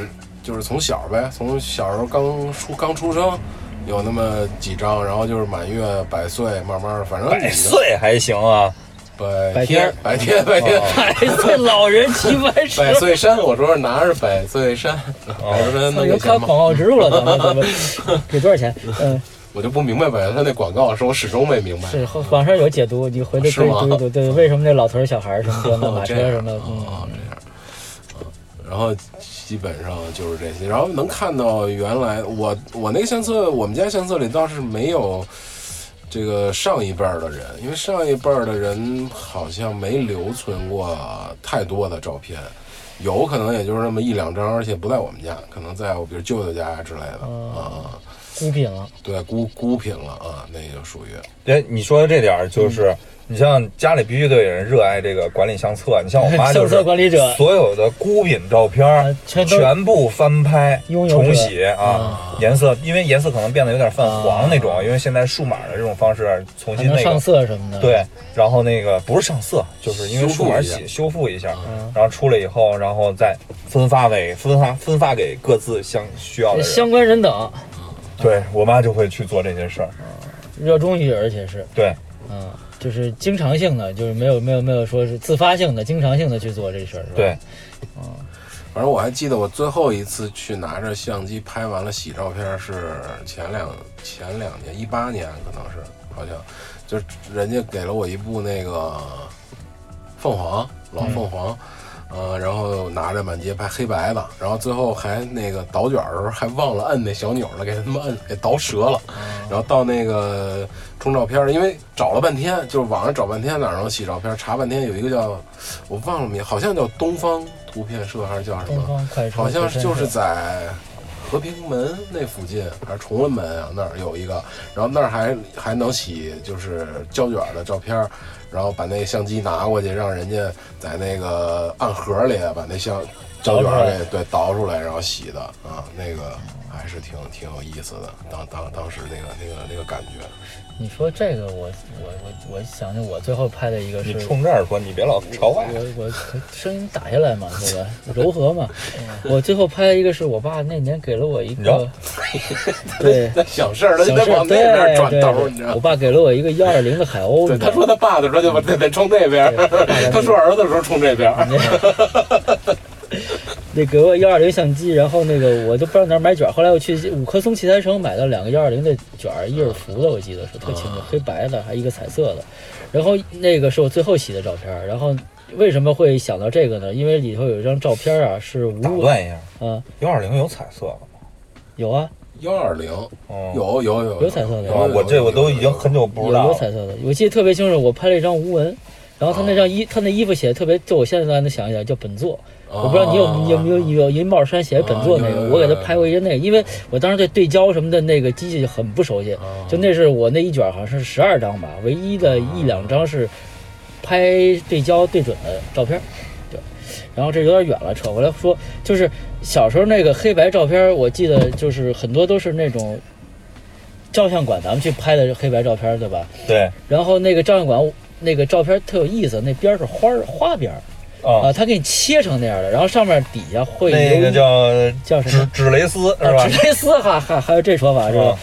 Speaker 1: 就是从小呗，从小时候刚出刚出生，有那么几张，然后就是满月、百岁，慢慢的，反正
Speaker 3: 百
Speaker 1: 你
Speaker 3: 岁还行啊，
Speaker 1: 百
Speaker 2: 百天
Speaker 1: 天百天百天
Speaker 2: 百岁老人齐白石，
Speaker 1: 百岁山，我说是拿着百岁山， [LAUGHS] 百岁山
Speaker 2: 操
Speaker 1: 那个
Speaker 2: 有哎看
Speaker 1: 钱吗
Speaker 2: 广？告植入了，
Speaker 1: [LAUGHS]
Speaker 2: 咱们咱们给多少钱？嗯，
Speaker 1: 我就不明白百岁山那广告，是我始终没明白。
Speaker 2: 是后网上有解读，你回去可
Speaker 1: 哎是
Speaker 2: 以
Speaker 1: 吗
Speaker 2: 读一读。对，为什么那老头儿小孩儿什么的，
Speaker 1: [LAUGHS]
Speaker 2: 那马车
Speaker 1: 这样
Speaker 2: 什么的，
Speaker 1: 哦
Speaker 2: 嗯，，
Speaker 1: 这样。啊然后基本上就是这些，然后能看到原来我我那个相册，我们家相册里倒是没有这个上一辈儿的人，因为上一辈儿的人好像没留存过太多的照片，有可能也就是那么一两张，而且不在我们家，可能在我比如舅舅家之类的啊、
Speaker 2: 孤品了。
Speaker 1: 对，孤孤品了啊，那就属于
Speaker 3: 哎，你说的这点儿就是，
Speaker 2: 嗯
Speaker 3: 你像家里必须得有人热爱这个管理相册，你像我妈就
Speaker 2: 相
Speaker 3: 是
Speaker 2: 册管理者
Speaker 3: 所有的孤品照片儿
Speaker 2: 啊全都
Speaker 3: 全部翻拍、
Speaker 2: 拥有者
Speaker 3: 重洗啊，颜色因为颜色可能变得有点泛黄那种，因为现在数码的这种方式重
Speaker 2: 啊还
Speaker 3: 新
Speaker 2: 能
Speaker 3: 那
Speaker 2: 上
Speaker 3: 个。
Speaker 2: 色什么
Speaker 1: 啊
Speaker 2: 的，，
Speaker 3: 对，然后那个不是上色，就是因为
Speaker 1: 修复
Speaker 3: 数码
Speaker 1: 一下
Speaker 3: 洗修复一下，
Speaker 2: 嗯
Speaker 3: 然后出来以后，然后再分发给分发分发给各自相需要的人。
Speaker 2: 哎相关人等
Speaker 3: 对我妈就会去做这些事儿。
Speaker 2: 热衷于，而且是
Speaker 3: 对，
Speaker 2: 嗯，就是经常性的，就是没有没有没有说是自发性的，经常性的去做这事儿，是吧？
Speaker 3: 对，
Speaker 1: 反正我还记得我最后一次去拿着相机拍完了洗照片是前两前两年一八年可能是好像，就是人家给了我一部那个凤凰老凤凰，呃，然后拿着满街拍黑白的，然后最后还那个倒卷的时候还忘了摁那小钮了，给他们摁给倒折了，然后到那个冲照片，因为找了半天，就是网上找半天哪儿能洗照片，查半天有一个叫我忘了名，好像叫东方图片社还是叫什
Speaker 2: 东
Speaker 1: 么，
Speaker 2: 方快车
Speaker 1: 好像
Speaker 2: 真
Speaker 1: 就是在。和平门那附近还是崇文门啊，那儿有一个，然后那儿还还能洗就是胶卷的照片，然后把那相机拿过去，让人家在那个暗盒里把那相胶卷儿给对倒出来，然后洗的啊，那个还是挺挺有意思的。当当当时那个那个那个感觉，。
Speaker 2: 你说这个我，我我我想起我最后拍的一个
Speaker 3: 你
Speaker 2: 是，
Speaker 3: 冲这儿说，你别老朝外。
Speaker 2: 我我声音打下来嘛，对吧？柔和嘛。我最后拍的一个是我爸那年给了我一
Speaker 3: 你知道
Speaker 2: 个， [LAUGHS] 对
Speaker 1: [LAUGHS] 那小事儿他就
Speaker 2: 小
Speaker 1: 得
Speaker 2: 事
Speaker 1: 往
Speaker 2: 儿
Speaker 1: 那
Speaker 2: 对
Speaker 1: 边转
Speaker 2: 对
Speaker 1: 头，
Speaker 2: 对
Speaker 1: 你知道
Speaker 2: 我
Speaker 1: 吗？
Speaker 2: 爸给了我一个幺二零的海鸥，
Speaker 1: 对，
Speaker 2: 你
Speaker 1: 他
Speaker 2: 知道吗
Speaker 1: 说他爸的时候就把得得冲那边
Speaker 2: 对他爸，
Speaker 1: 他说儿子的时候冲这边。
Speaker 2: 那给我幺二零相机，然后那个我都不知道哪儿买卷儿，后来我去五棵松器材城买了两个幺二零的卷儿，一人福的，我记得是特清
Speaker 1: 啊
Speaker 2: 楚，黑白的，还一个彩色的。然后那个是我最后洗的照片儿，然后为什么会想到这个呢？因为里头有一张照片儿啊，是无
Speaker 3: 打断一下，
Speaker 2: 啊，
Speaker 3: 幺二零有彩色的吗？
Speaker 2: 有啊，
Speaker 1: 幺二零
Speaker 3: 哦，
Speaker 1: 有有有
Speaker 2: 有彩色的
Speaker 1: 有
Speaker 3: 啊，我这我都已经很久不
Speaker 2: 有
Speaker 3: 知道
Speaker 2: 有
Speaker 3: 了。
Speaker 2: 彩色的，我记得特别清楚，我拍了一张无纹。然后
Speaker 1: 啊
Speaker 2: 他那张衣，他那衣服写的特别，就我现在能想起来叫本座，我不知道你有你有没有你有一帽衫写本座那
Speaker 1: 啊啊有有
Speaker 2: 个，
Speaker 1: 有
Speaker 2: 我给他拍过一个那个，因为我当时对对焦什么的那个机器很不熟悉，
Speaker 3: 啊
Speaker 2: 就那是我那一卷好像是十二张吧，唯一的一两张是拍对焦对准的照片，对。然后这有点远了，扯回来说，就是小时候那个黑白照片，我记得就是很多都是那种照相馆咱们去拍的黑白照片，对吧？
Speaker 3: 对
Speaker 2: 然后那个照相馆那个照片特有意思，那边儿是花儿花边儿啊，
Speaker 3: 啊，
Speaker 2: 它给你切成那样的，然后上面底下会
Speaker 3: 那
Speaker 2: 有
Speaker 3: 个
Speaker 2: 一
Speaker 3: 叫
Speaker 2: 叫什
Speaker 3: 纸
Speaker 2: 么？
Speaker 3: 纸蕾丝是
Speaker 2: 啊，
Speaker 3: 吧？
Speaker 2: 纸蕾丝，哈哈，还有这说法是吧
Speaker 3: 啊？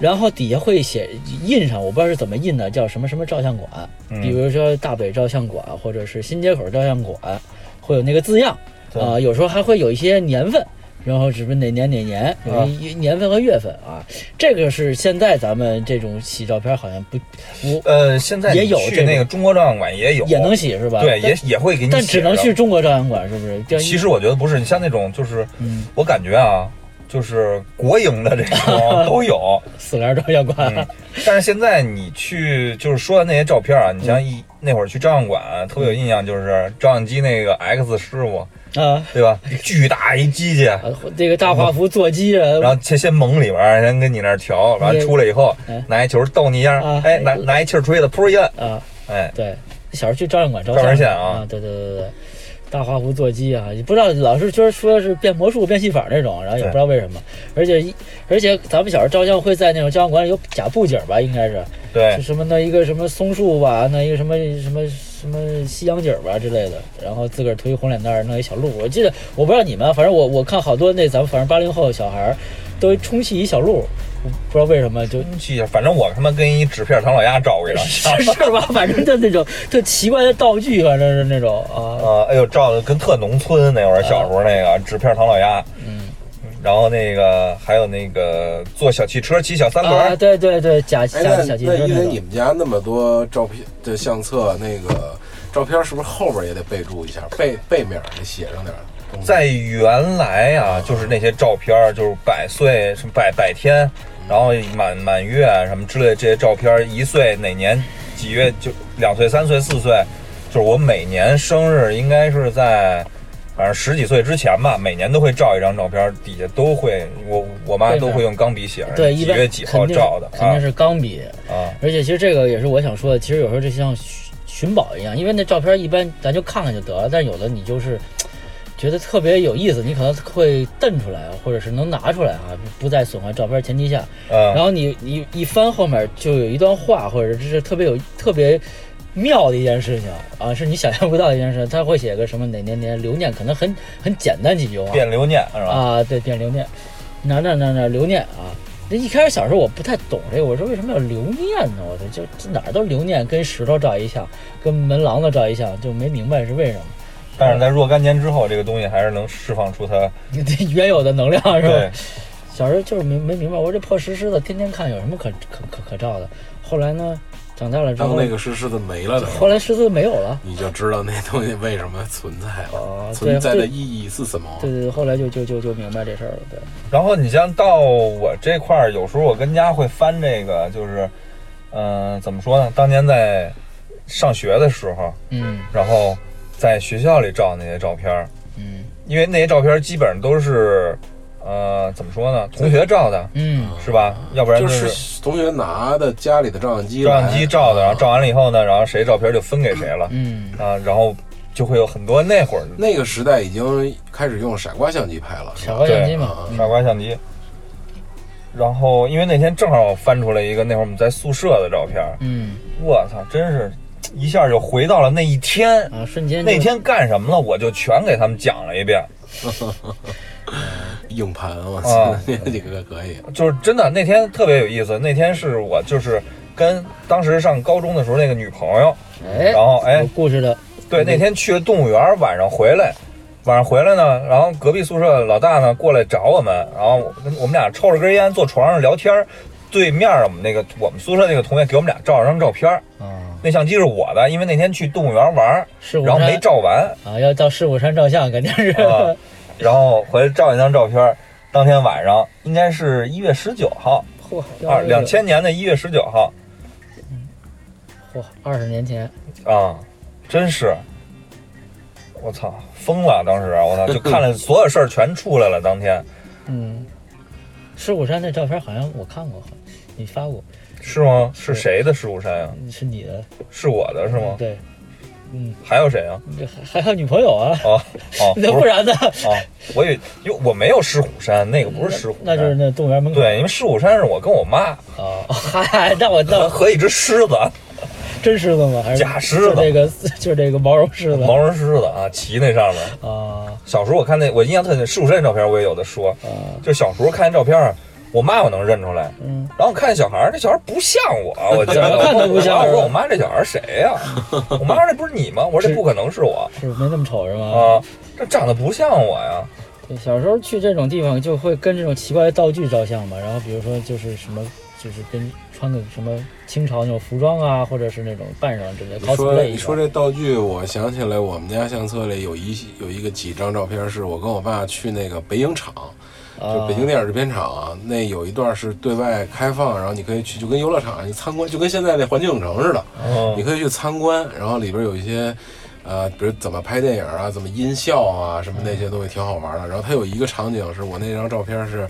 Speaker 2: 然后底下会写印上，我不知道是怎么印的，叫什么什么照相馆，
Speaker 3: 嗯
Speaker 2: 比如说大北照相馆或者是新街口照相馆，会有那个字样
Speaker 3: 对
Speaker 2: 啊、有时候还会有一些年份。然后是不是哪年哪年有
Speaker 3: 啊
Speaker 2: 一年份和月份啊？这个是现在咱们这种洗照片好像不，我
Speaker 3: 呃，现在你
Speaker 2: 也有
Speaker 3: 去
Speaker 2: 这
Speaker 3: 那
Speaker 2: 种
Speaker 3: 个中国照相馆也有，
Speaker 2: 也能洗是吧？
Speaker 3: 对，
Speaker 2: 但
Speaker 3: 也也会给你写着，
Speaker 2: 但只能去中国照相馆，是不是？这样
Speaker 3: 其实我觉得不是，你像那种就是
Speaker 2: 嗯，
Speaker 3: 我感觉啊，就是国营的这
Speaker 2: [LAUGHS]
Speaker 3: 种都有，
Speaker 2: 四联照相馆，
Speaker 3: 嗯，但是现在你去就是说的那些照片啊，
Speaker 2: 嗯
Speaker 3: 你像一那会儿去照相馆特别有印象，就是照相机那个 X 师傅，
Speaker 2: 啊，
Speaker 3: 对吧？巨大一机器，
Speaker 2: 啊这个大画幅座机啊，
Speaker 3: 然后先先蒙里边儿，先跟你那儿调，完了出来以后
Speaker 2: 哎
Speaker 3: 拿一球逗你一下
Speaker 2: 啊，
Speaker 3: 哎，拿拿一气儿吹的，噗一摁，
Speaker 2: 啊，
Speaker 3: 哎，
Speaker 2: 对，小时候去照相馆照
Speaker 3: 照
Speaker 2: 相
Speaker 3: 相线
Speaker 2: 啊
Speaker 3: 啊，
Speaker 2: 对对对对，大画幅座机啊，也不知道老是就是说是变魔术、变戏法那种，然后也不
Speaker 3: 对
Speaker 2: 知道为什么，而且一而且咱们小时候照相会在那种照相馆里有假布景吧，应该是，
Speaker 3: 对
Speaker 2: 就，什么弄一个什么松树吧，弄一个什么什么什么西洋景儿吧之类的，然后自个儿涂一红脸蛋儿，弄一小鹿。我记得我不知道你们啊，反正我我看好多那咱们反正八零后小孩儿都充气一小鹿，不知道为什么就。
Speaker 3: 去呀，反正我他妈跟一纸片唐老鸭照过一张
Speaker 2: [LAUGHS]
Speaker 3: 相。
Speaker 2: 是是吧？反正就那种特奇怪的道具，反正是那种啊，
Speaker 3: 啊，哎呦，照的跟特农村那会儿小时候那个纸片唐老鸭，
Speaker 2: 嗯
Speaker 3: 然后那个还有那个坐小汽车骑小三轮
Speaker 2: 啊，
Speaker 3: 儿，
Speaker 2: 对对对，假
Speaker 1: 哎，
Speaker 2: 假
Speaker 1: 那
Speaker 2: 小汽
Speaker 1: 那
Speaker 2: 车
Speaker 1: 因
Speaker 2: 那
Speaker 1: 为你
Speaker 2: 种。
Speaker 1: 们家那么多照片的相册，那个照片是不是后边也得备注一下，背背面儿得写上点儿东西？
Speaker 3: 在原来啊，就是那些照片儿，就是百岁、什么百百天，然后满满月什么之类的这些照片儿，一岁哪年几月就两岁、三岁、四岁，就是我每年生日应该是在。反正十几岁之前吧，每年都会照一张照片儿，底下都会我我妈
Speaker 2: 对的
Speaker 3: 都会用钢笔写上
Speaker 2: 对，
Speaker 3: 几
Speaker 2: 一般
Speaker 3: 月几号
Speaker 2: 肯定是
Speaker 3: 照的
Speaker 2: 肯定是钢笔。
Speaker 3: 啊啊！
Speaker 2: 而且其实这个也是我想说的，其实有时候这像寻寻宝一样，因为那照片一般咱就看看就得了，但有的你就是嘖觉得特别有意思，你可能会瞪出来，啊或者是能拿出来啊，不在损坏照片前提下。
Speaker 3: 嗯
Speaker 2: 然后你你一翻后面就有一段话，或者是特别有特别妙的一件事情啊，是你想象不到的一件事。他会写个什么哪年年留念，可能很很简单几句话
Speaker 3: 变留念是吧？
Speaker 2: 啊，对，变留念，哪哪哪哪留念啊。那一开始小时候我不太懂这个，我说为什么要留念呢？我说就这哪儿都留念，跟石头照一像，跟门廊子照一像，就没明白是为什么。 [LAUGHS]
Speaker 3: 但是在若干年之后，这个东西还是能释放出它
Speaker 2: 原有的能量是吧？
Speaker 3: 对
Speaker 2: 小时候就是没没明白，我说这破石狮子天天看有什么可可可可照的？后来呢，长大了之
Speaker 1: 当
Speaker 2: 后，
Speaker 1: 那个石狮子没了的时
Speaker 2: 后
Speaker 1: 候，
Speaker 2: 来狮子没有了。
Speaker 1: 你就知道那东西为什么存在了，
Speaker 2: 哦
Speaker 1: 存在
Speaker 2: 对
Speaker 1: 的意义是什么。
Speaker 2: 对对对，后来就就就就明白这事儿了。对，
Speaker 3: 然后你像到我这块儿，有时候我跟家会翻这个，就是，嗯、怎么说呢？当年在上学的时候，
Speaker 2: 嗯
Speaker 3: 然后在学校里照那些照片儿，
Speaker 2: 嗯
Speaker 3: 因为那些照片儿基本上都是，呃，怎么说呢？同学照的，
Speaker 2: 嗯
Speaker 3: 是吧？要不然
Speaker 1: 就
Speaker 3: 就是
Speaker 1: 是同学拿的家里的照相机
Speaker 3: 照
Speaker 1: 来，
Speaker 3: 相机照的，然后照完了以后呢，然后谁照片就分给谁 [LAUGHS] 了
Speaker 2: 嗯，
Speaker 3: 啊，然后就会有很多那会儿
Speaker 1: 那个时代已经开始用傻瓜相机拍了，是吧
Speaker 2: 傻瓜相机嘛，
Speaker 1: 对
Speaker 3: 傻瓜相机。然后，因为那天正好翻出来一个那会儿我们在宿舍的照片儿，
Speaker 2: 嗯
Speaker 3: 我操，真是一下就回到了那一天。
Speaker 2: 啊，瞬间就
Speaker 3: 那天干什么了，我就全给他们讲了一遍。
Speaker 1: 硬盘，我操
Speaker 3: 啊，
Speaker 1: 那几个可以。
Speaker 3: 就是真的，那天特别有意思。那天是我就是跟当时上高中的时候那个女朋友，
Speaker 2: 哎，嗯
Speaker 3: 然后哎
Speaker 2: 有故事的
Speaker 3: 对，那天去动物园，晚上回来，晚上回来呢，然后隔壁宿舍老大呢过来找我们，然后我跟我们俩抽着根烟，坐床上聊天儿。对面我们那个我们宿舍那个同学给我们俩照了张照片儿，
Speaker 2: 啊，
Speaker 3: 那相机是我的，因为那天去动物园玩儿，
Speaker 2: 是我
Speaker 3: 然后没照完，
Speaker 2: 啊，要到狮虎山照相肯定是
Speaker 3: 啊，然后回来照一张照片儿。当天晚上应该是一月十九号，
Speaker 2: 嚯，
Speaker 3: 二两千年的一月十九号
Speaker 2: 嚯，二十年前，
Speaker 3: 啊，真是，我操，疯了！当时
Speaker 2: [LAUGHS]
Speaker 3: 啊我操，就看了所有事儿全出来了。当天
Speaker 2: 嗯，狮虎山那照片好像我看过，好像你发过，
Speaker 3: 是吗？是谁的石虎山呀？
Speaker 2: 是你的
Speaker 3: 是我的是吗？
Speaker 2: 对，
Speaker 3: 还有谁
Speaker 2: [LAUGHS]
Speaker 3: 啊？
Speaker 2: 这还还有女朋友啊？
Speaker 3: 哦哦，
Speaker 2: [LAUGHS] 那不
Speaker 3: 是
Speaker 2: 然呢？
Speaker 3: 哦，我以为因为我没有石虎山，那个不是石虎山，啊
Speaker 2: 那就是那动物园门口。
Speaker 3: 对，因为石虎山是我跟我妈
Speaker 2: 啊，嗨，那
Speaker 3: [LAUGHS]
Speaker 2: 我
Speaker 3: 和
Speaker 2: 那
Speaker 3: 和一只狮子，啊
Speaker 2: 真狮子吗？还是
Speaker 3: 假狮子
Speaker 2: 就这个就是这个毛绒狮子
Speaker 3: 毛绒狮子啊，骑那上面。
Speaker 2: 啊
Speaker 3: 小时候我看那我印象特深，石虎山照片我也有的说，
Speaker 2: 啊，
Speaker 3: 就小时候看见照片儿，我妈我能认出来，
Speaker 2: 嗯，
Speaker 3: 然后我看见小孩儿，这小孩儿不像我，我觉得
Speaker 2: 看都不像
Speaker 3: 我说
Speaker 2: 是吧
Speaker 3: 我妈这小孩儿谁呀、我妈说这不是你吗？我说这不可能是我
Speaker 2: 是没那么丑是吗？
Speaker 3: 啊，这长得不像我呀。
Speaker 2: 对，小时候去这种地方就会跟这种奇怪的道具照相嘛，然后比如说就是什么。就是跟穿个什么清朝那种服装啊，或者是那种扮上之类的
Speaker 1: 你说
Speaker 2: cosplay
Speaker 1: 你
Speaker 2: 一
Speaker 1: 说
Speaker 2: 下。
Speaker 1: 这道具，我想起来我们家相册里有一有一个几张照片，是我跟我爸去那个北影厂，就
Speaker 2: 啊
Speaker 1: 北京电影制片厂啊，那有一段是对外开放，然后你可以去，就跟游乐场你参观，就跟现在那环球影城似的，你
Speaker 2: 哦
Speaker 3: 嗯，
Speaker 1: 可以去参观，然后里边有一些。呃，比如怎么拍电影啊，怎么音效啊，什么那些东西挺好玩的。然后它有一个场景是我那张照片是，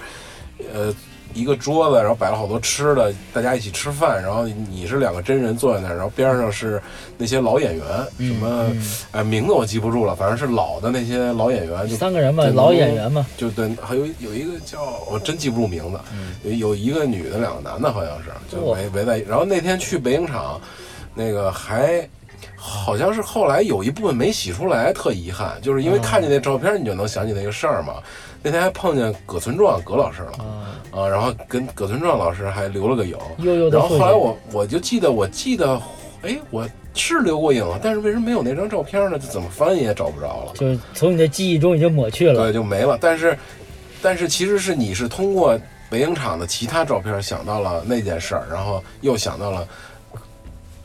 Speaker 1: 呃，一个桌子，然后摆了好多吃的，大家一起吃饭。然后你是两个真人坐在那儿，然后边上是那些老演员，什么
Speaker 2: 嗯
Speaker 1: 哎名字我记不住了，反正是老的那些老演员，就
Speaker 2: 三个人嘛，
Speaker 1: 对
Speaker 2: 老
Speaker 1: 能
Speaker 2: 演员嘛，
Speaker 1: 就对，还有有一个叫我真记不住名字，有有一个女的，两个男的，好像是就
Speaker 2: 嗯哇
Speaker 1: 围围在。然后那天去北影厂，那个还好像是后来有一部分没洗出来，特遗憾，就是
Speaker 2: 嗯
Speaker 1: 因为看见那照片，你就能想起那个事儿嘛。那天还碰见葛存壮葛老师了
Speaker 2: 啊，
Speaker 1: 啊，然后跟葛存壮老师还留了个影，
Speaker 2: 悠悠的
Speaker 1: 然后
Speaker 2: 岁
Speaker 1: 后
Speaker 2: 月
Speaker 1: 来我我就记得，我记得，哎，我是留过影了，但是为什么没有那张照片呢？就怎么翻也找不着了，
Speaker 2: 就是从你的记忆中已经抹去了
Speaker 1: 对，。就没了。但是，但是其实是你是通过北影厂的其他照片想到了那件事儿，然后又想到了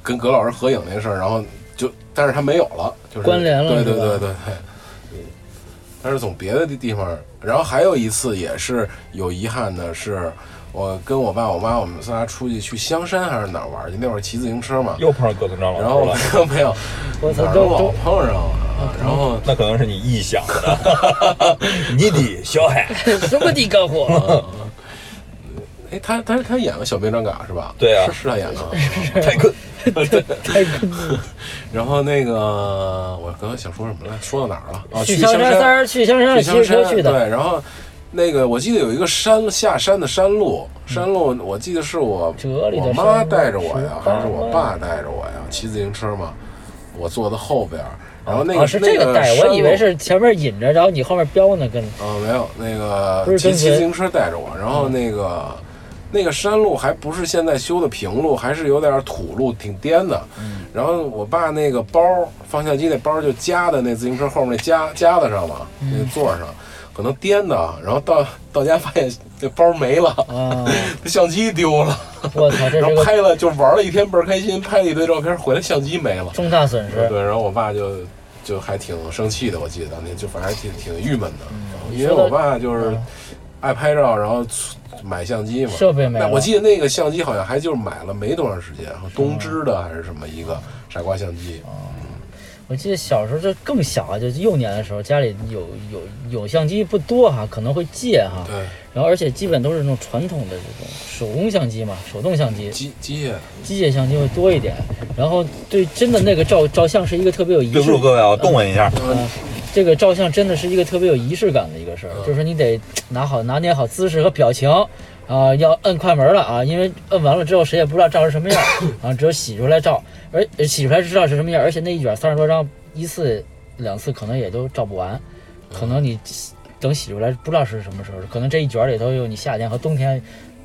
Speaker 1: 跟葛老师合影那事儿，然后就，但是他没有了，就是
Speaker 2: 关联了
Speaker 1: 对
Speaker 2: 是
Speaker 1: 对
Speaker 2: 吧
Speaker 1: 对对对。但是从别的地方，然后还有一次也是有遗憾的是，我跟我爸我妈我们仨出去去香山还是哪儿玩儿去，那会儿骑自行车嘛，
Speaker 3: 又碰上葛存壮老
Speaker 1: 然后
Speaker 3: 师了，
Speaker 1: 没有，
Speaker 2: 我操
Speaker 1: 哪，儿
Speaker 2: 都
Speaker 1: 都老
Speaker 2: 都啊
Speaker 1: 碰上了，然后
Speaker 3: 那可能是你臆想的， [LAUGHS] 你得小
Speaker 2: [LAUGHS]
Speaker 3: 海，
Speaker 2: 什么地啊干活
Speaker 1: [LAUGHS]
Speaker 2: 了？
Speaker 1: 哎，他他他演了小兵张嘎是吧？
Speaker 3: 对啊
Speaker 1: 是是他演的啊。
Speaker 3: 太困，
Speaker 2: 太坑了
Speaker 1: [LAUGHS] 然后那个我刚才想说什么来？说到哪儿了？啊，
Speaker 2: 去
Speaker 1: 香
Speaker 2: 香山三儿去香山
Speaker 1: 去
Speaker 2: 是骑
Speaker 1: 香
Speaker 2: 着车
Speaker 1: 山
Speaker 2: 去的，
Speaker 1: 对，然后那个我记得有一个山下山的山路，山
Speaker 2: 嗯
Speaker 1: 路我记得是我
Speaker 2: 哲理的
Speaker 1: 我
Speaker 2: 山路
Speaker 1: 妈带着我呀，
Speaker 2: 十八
Speaker 1: 还是我爸带着我呀？骑自行车嘛，我坐的后边儿，然后那个、
Speaker 2: 啊，是这
Speaker 1: 那
Speaker 2: 个带，
Speaker 1: 山
Speaker 2: 我
Speaker 1: 路
Speaker 2: 以为是前面引着，然后你后面
Speaker 1: [LAUGHS]
Speaker 2: 飙呢，跟
Speaker 1: 啊、没有，那个
Speaker 2: 不是
Speaker 1: 骑
Speaker 2: 跟
Speaker 1: 骑
Speaker 2: 随
Speaker 1: 自行车带着我，然后那个、那个山路还不是现在修的平路，还是有点土路，挺颠的。
Speaker 2: 嗯
Speaker 1: 然后我爸那个包方向机那包就夹在那自行车后面那夹夹子上嘛，
Speaker 2: 嗯
Speaker 1: 那座上可能颠的，啊然后到到家发现这包没了，
Speaker 2: 啊，
Speaker 1: 相机丢了，
Speaker 2: 我操，
Speaker 1: 然
Speaker 2: 这是
Speaker 1: 后
Speaker 2: 个
Speaker 1: 拍了就玩了一天倍儿开心，拍了一堆照片，回来相机没了。
Speaker 2: 重大损失。
Speaker 1: 对，然后我爸就就还挺生气的，我记得当天就反正还挺挺郁闷的，
Speaker 2: 你
Speaker 1: 因为
Speaker 2: 嗯说到嗯
Speaker 1: 我爸就是爱拍照，然后买相机嘛，
Speaker 2: 设备没
Speaker 1: 那
Speaker 2: 了
Speaker 1: 我记得那个相机好像还就是买了没多长时间，东芝
Speaker 2: 嗯
Speaker 1: 的还是什么一个傻瓜相机，
Speaker 2: 啊我记得小时候就更小啊，就幼年的时候，家里有有有相机不多哈，可能会借哈，
Speaker 1: 对，
Speaker 2: 然后而且基本都是那种传统的这种手工相机嘛，手动相机，
Speaker 1: 机机械
Speaker 2: 机械相机会多一点。然后对，真的那个照照相是一个特别有仪
Speaker 3: 对不
Speaker 2: 式
Speaker 3: 住各位啊，动我一下，
Speaker 2: 这个照相真的是一个特别有仪式感的一个
Speaker 3: 嗯
Speaker 2: 事儿，就是你得拿好拿捏好姿势和表情，啊、要摁快门了啊，因为摁完了之后谁也不知道照成什么样，
Speaker 3: [COUGHS]
Speaker 2: 啊，只有洗出来照，而呃洗出来知道是什么样，而且那一卷三十多张，一次两次可能也都照不完，可能你等洗出来不知道是什么时候，可能这一卷里头有你夏天和冬天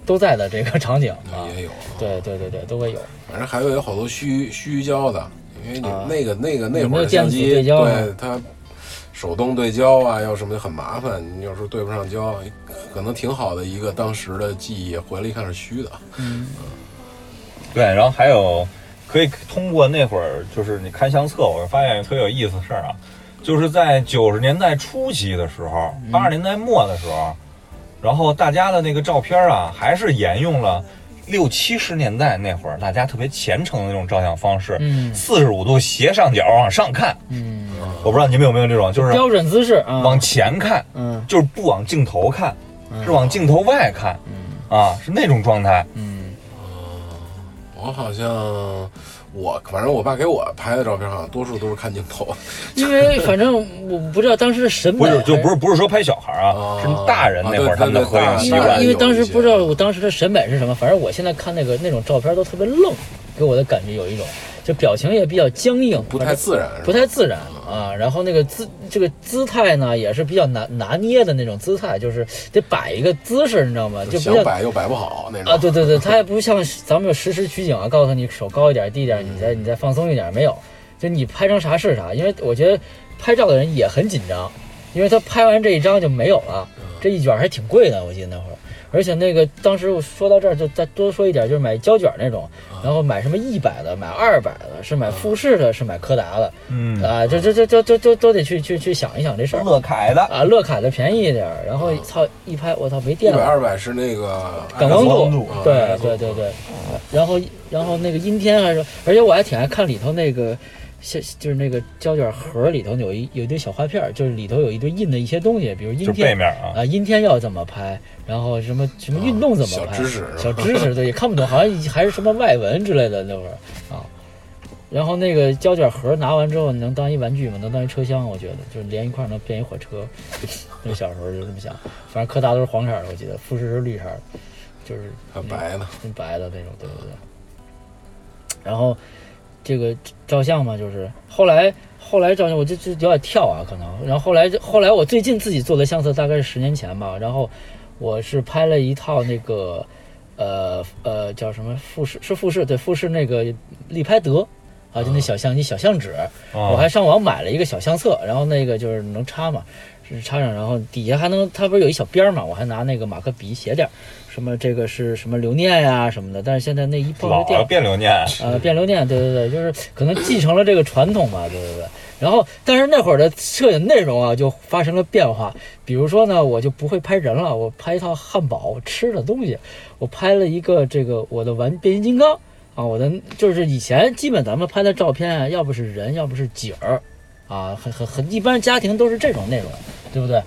Speaker 2: 都在的这个场景
Speaker 3: 嗯
Speaker 2: 啊，
Speaker 1: 也有，啊
Speaker 2: 对对对对，都会有。
Speaker 1: 反正还有有好多虚虚焦的，因为你
Speaker 2: 啊
Speaker 1: 那个那个那
Speaker 2: 有没
Speaker 1: 会
Speaker 2: 有
Speaker 1: 儿相机
Speaker 2: 电子对焦啊
Speaker 1: 对它。手动对焦啊，要什么就很麻烦，你有时候对不上焦，可能挺好的一个当时的记忆，回来一看是虚的。
Speaker 3: 对，然后还有可以通过那会儿就是你看相册，我发现有特别有意思的事儿啊，就是在九十年代初期的时候，
Speaker 2: 嗯
Speaker 3: 八十年代末的时候，然后大家的那个照片啊，还是沿用了。六七十年代那会儿，大家特别虔诚的那种照相方式，
Speaker 2: 嗯
Speaker 3: 四十五度斜上角往上看。
Speaker 2: 嗯，
Speaker 3: 我不知道你们有没有这种，就是
Speaker 2: 标准姿势
Speaker 3: [LAUGHS]
Speaker 2: 啊，
Speaker 3: 往前看，
Speaker 2: 嗯
Speaker 3: 就是不往镜头看，
Speaker 2: 嗯
Speaker 3: 是往镜头外看，啊，是那种状态。
Speaker 2: 嗯
Speaker 1: 我好像我反正我爸给我拍的照片，好像多数都是看镜头。
Speaker 2: 因为反正我不知道当时的审美，
Speaker 3: 不是，就不是不是说拍小孩儿啊，
Speaker 1: 啊
Speaker 3: 是大人那会儿
Speaker 1: 啊对
Speaker 3: 他们的合影习
Speaker 2: 因为
Speaker 1: 对
Speaker 3: 惯
Speaker 2: 因
Speaker 1: 对。
Speaker 2: 为当时不知道我当时的审美是什么，反正我现在看那个那种照片都特别愣，给我的感觉有一种，就表情也比较僵硬，
Speaker 1: 不太嗯自然，是吧
Speaker 2: 不太自然啊。然后那个姿这个姿态呢，也是比较难拿捏的那种姿态，就是得摆一个姿势，你知道吗？就比
Speaker 1: 想
Speaker 2: 较
Speaker 1: 摆又摆不好那种
Speaker 2: 啊，对对对，它也不像咱们有实时取景啊，告诉你手高一点、低一点，你再你再放松一点，没有，就你拍成啥是啥。因为我觉得拍照的人也很紧张，因为他拍完这一张就没有了，这一卷还挺贵的，我记得那会儿。而且那个当时我说到这儿，就再多说一点，就是买胶卷那种，然后买什么一百的，买二百的，是买富士的，是买柯达的，
Speaker 3: 嗯，
Speaker 2: 啊，这这这这这都都得去去去想一想这事儿
Speaker 3: 乐凯的
Speaker 2: 啊。乐凯的便宜一点儿，然后操一拍，我操没
Speaker 1: 一
Speaker 2: 电
Speaker 1: 百
Speaker 2: 了。
Speaker 1: 二百是那个
Speaker 2: 感光
Speaker 3: 感啊光
Speaker 2: 度
Speaker 3: 度，啊
Speaker 2: 对对对对，然后然后那个阴天还是，而且我还挺爱看里头那个，像就是那个胶卷盒里头有一有一堆小画片儿，就是里头有一堆印的一些东西，比如阴
Speaker 3: 就是背
Speaker 2: 天
Speaker 3: 面啊，
Speaker 2: 啊，阴天要怎么拍，然后什么什么运动怎么
Speaker 1: 小
Speaker 2: 拍，
Speaker 1: 知识是
Speaker 2: 小
Speaker 1: 吧
Speaker 2: 知识对也看不懂，好像还是什么外文之类的那会儿啊。然后那个胶卷盒拿完之后，能当一玩具吗？能当一车厢，我觉得就是连一块儿能变一火车。 [LAUGHS] 那小时候就这么想，反正柯达都是黄色儿的，我记得富士是绿色儿的，就是
Speaker 1: 还白的，
Speaker 2: 嗯挺白的那种，对对对。然后这这个照相嘛，就是后来后来照相，我就就有点跳啊，可能。然后后来后来我最近自己做的相册大概是十年前吧，然后我是拍了一套那个呃呃叫什么富士是富士对富士那个力拍德啊，就那小相机小相纸，
Speaker 3: 嗯啊
Speaker 2: 我还上网买了一个小相册，然后那个就是能插嘛，是插上，然后底下还能，它不是有一小边儿嘛，我还拿那个马克笔写点儿，什么这个是什么留念呀、什么的，但是现在那一碰
Speaker 3: 老
Speaker 2: 就掉
Speaker 3: 了，别留念，
Speaker 2: 呃，变留念，对对对，就是可能继承了这个传统吧，对对对。然后，但是那会儿的摄影内容啊，就发生了变化。比如说呢，我就不会拍人了，我拍一套汉堡吃的东西，我拍了一个这个我的玩变形金刚啊，我的就是以前基本咱们拍的照片啊，要不是人，要不是景儿，啊，很很很一般，家庭都是这种内容，对不对？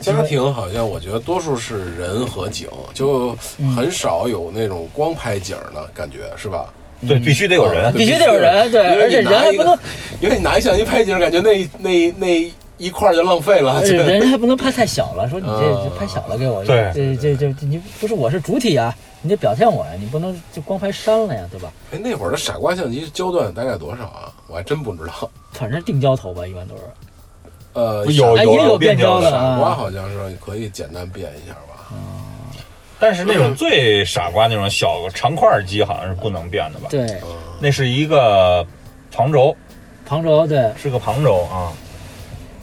Speaker 1: 家庭好像我觉得多数是人和景，就
Speaker 2: 嗯
Speaker 1: 很少有那种光拍景儿的感觉，是吧？
Speaker 3: 对，必须得有人
Speaker 1: 嗯。
Speaker 2: 必须得有人对
Speaker 1: 因为
Speaker 2: 而且
Speaker 1: 你
Speaker 2: 人
Speaker 1: 拿
Speaker 2: 还
Speaker 1: 一
Speaker 2: 不
Speaker 1: 个
Speaker 2: 能，
Speaker 1: 因为你拿一相机拍景儿，感觉那那那一块儿就浪费
Speaker 3: [LAUGHS]
Speaker 1: 了。
Speaker 2: 而
Speaker 1: 就
Speaker 2: 且人还不能拍太小了，说你这
Speaker 1: 嗯
Speaker 2: 这拍小了给我，
Speaker 3: 对
Speaker 2: 这这这这你不是我是主体啊，你得表现我呀，你不能就光拍山了呀，对吧？
Speaker 1: 哎，那会儿的傻瓜相机焦段大概多少啊？我还真不知道。
Speaker 2: 反正定焦头吧，一般都是。
Speaker 1: 呃，
Speaker 3: 哦有
Speaker 2: 哎也有
Speaker 3: 有变
Speaker 2: 变焦的
Speaker 3: 的，
Speaker 1: 傻瓜好像是可以简单变一下吧？
Speaker 3: 但是那种最傻瓜那种小长块儿机好像是不能变的吧？
Speaker 2: 对，
Speaker 3: 那是一个旁轴，
Speaker 2: 旁轴对，
Speaker 3: 是个旁轴啊。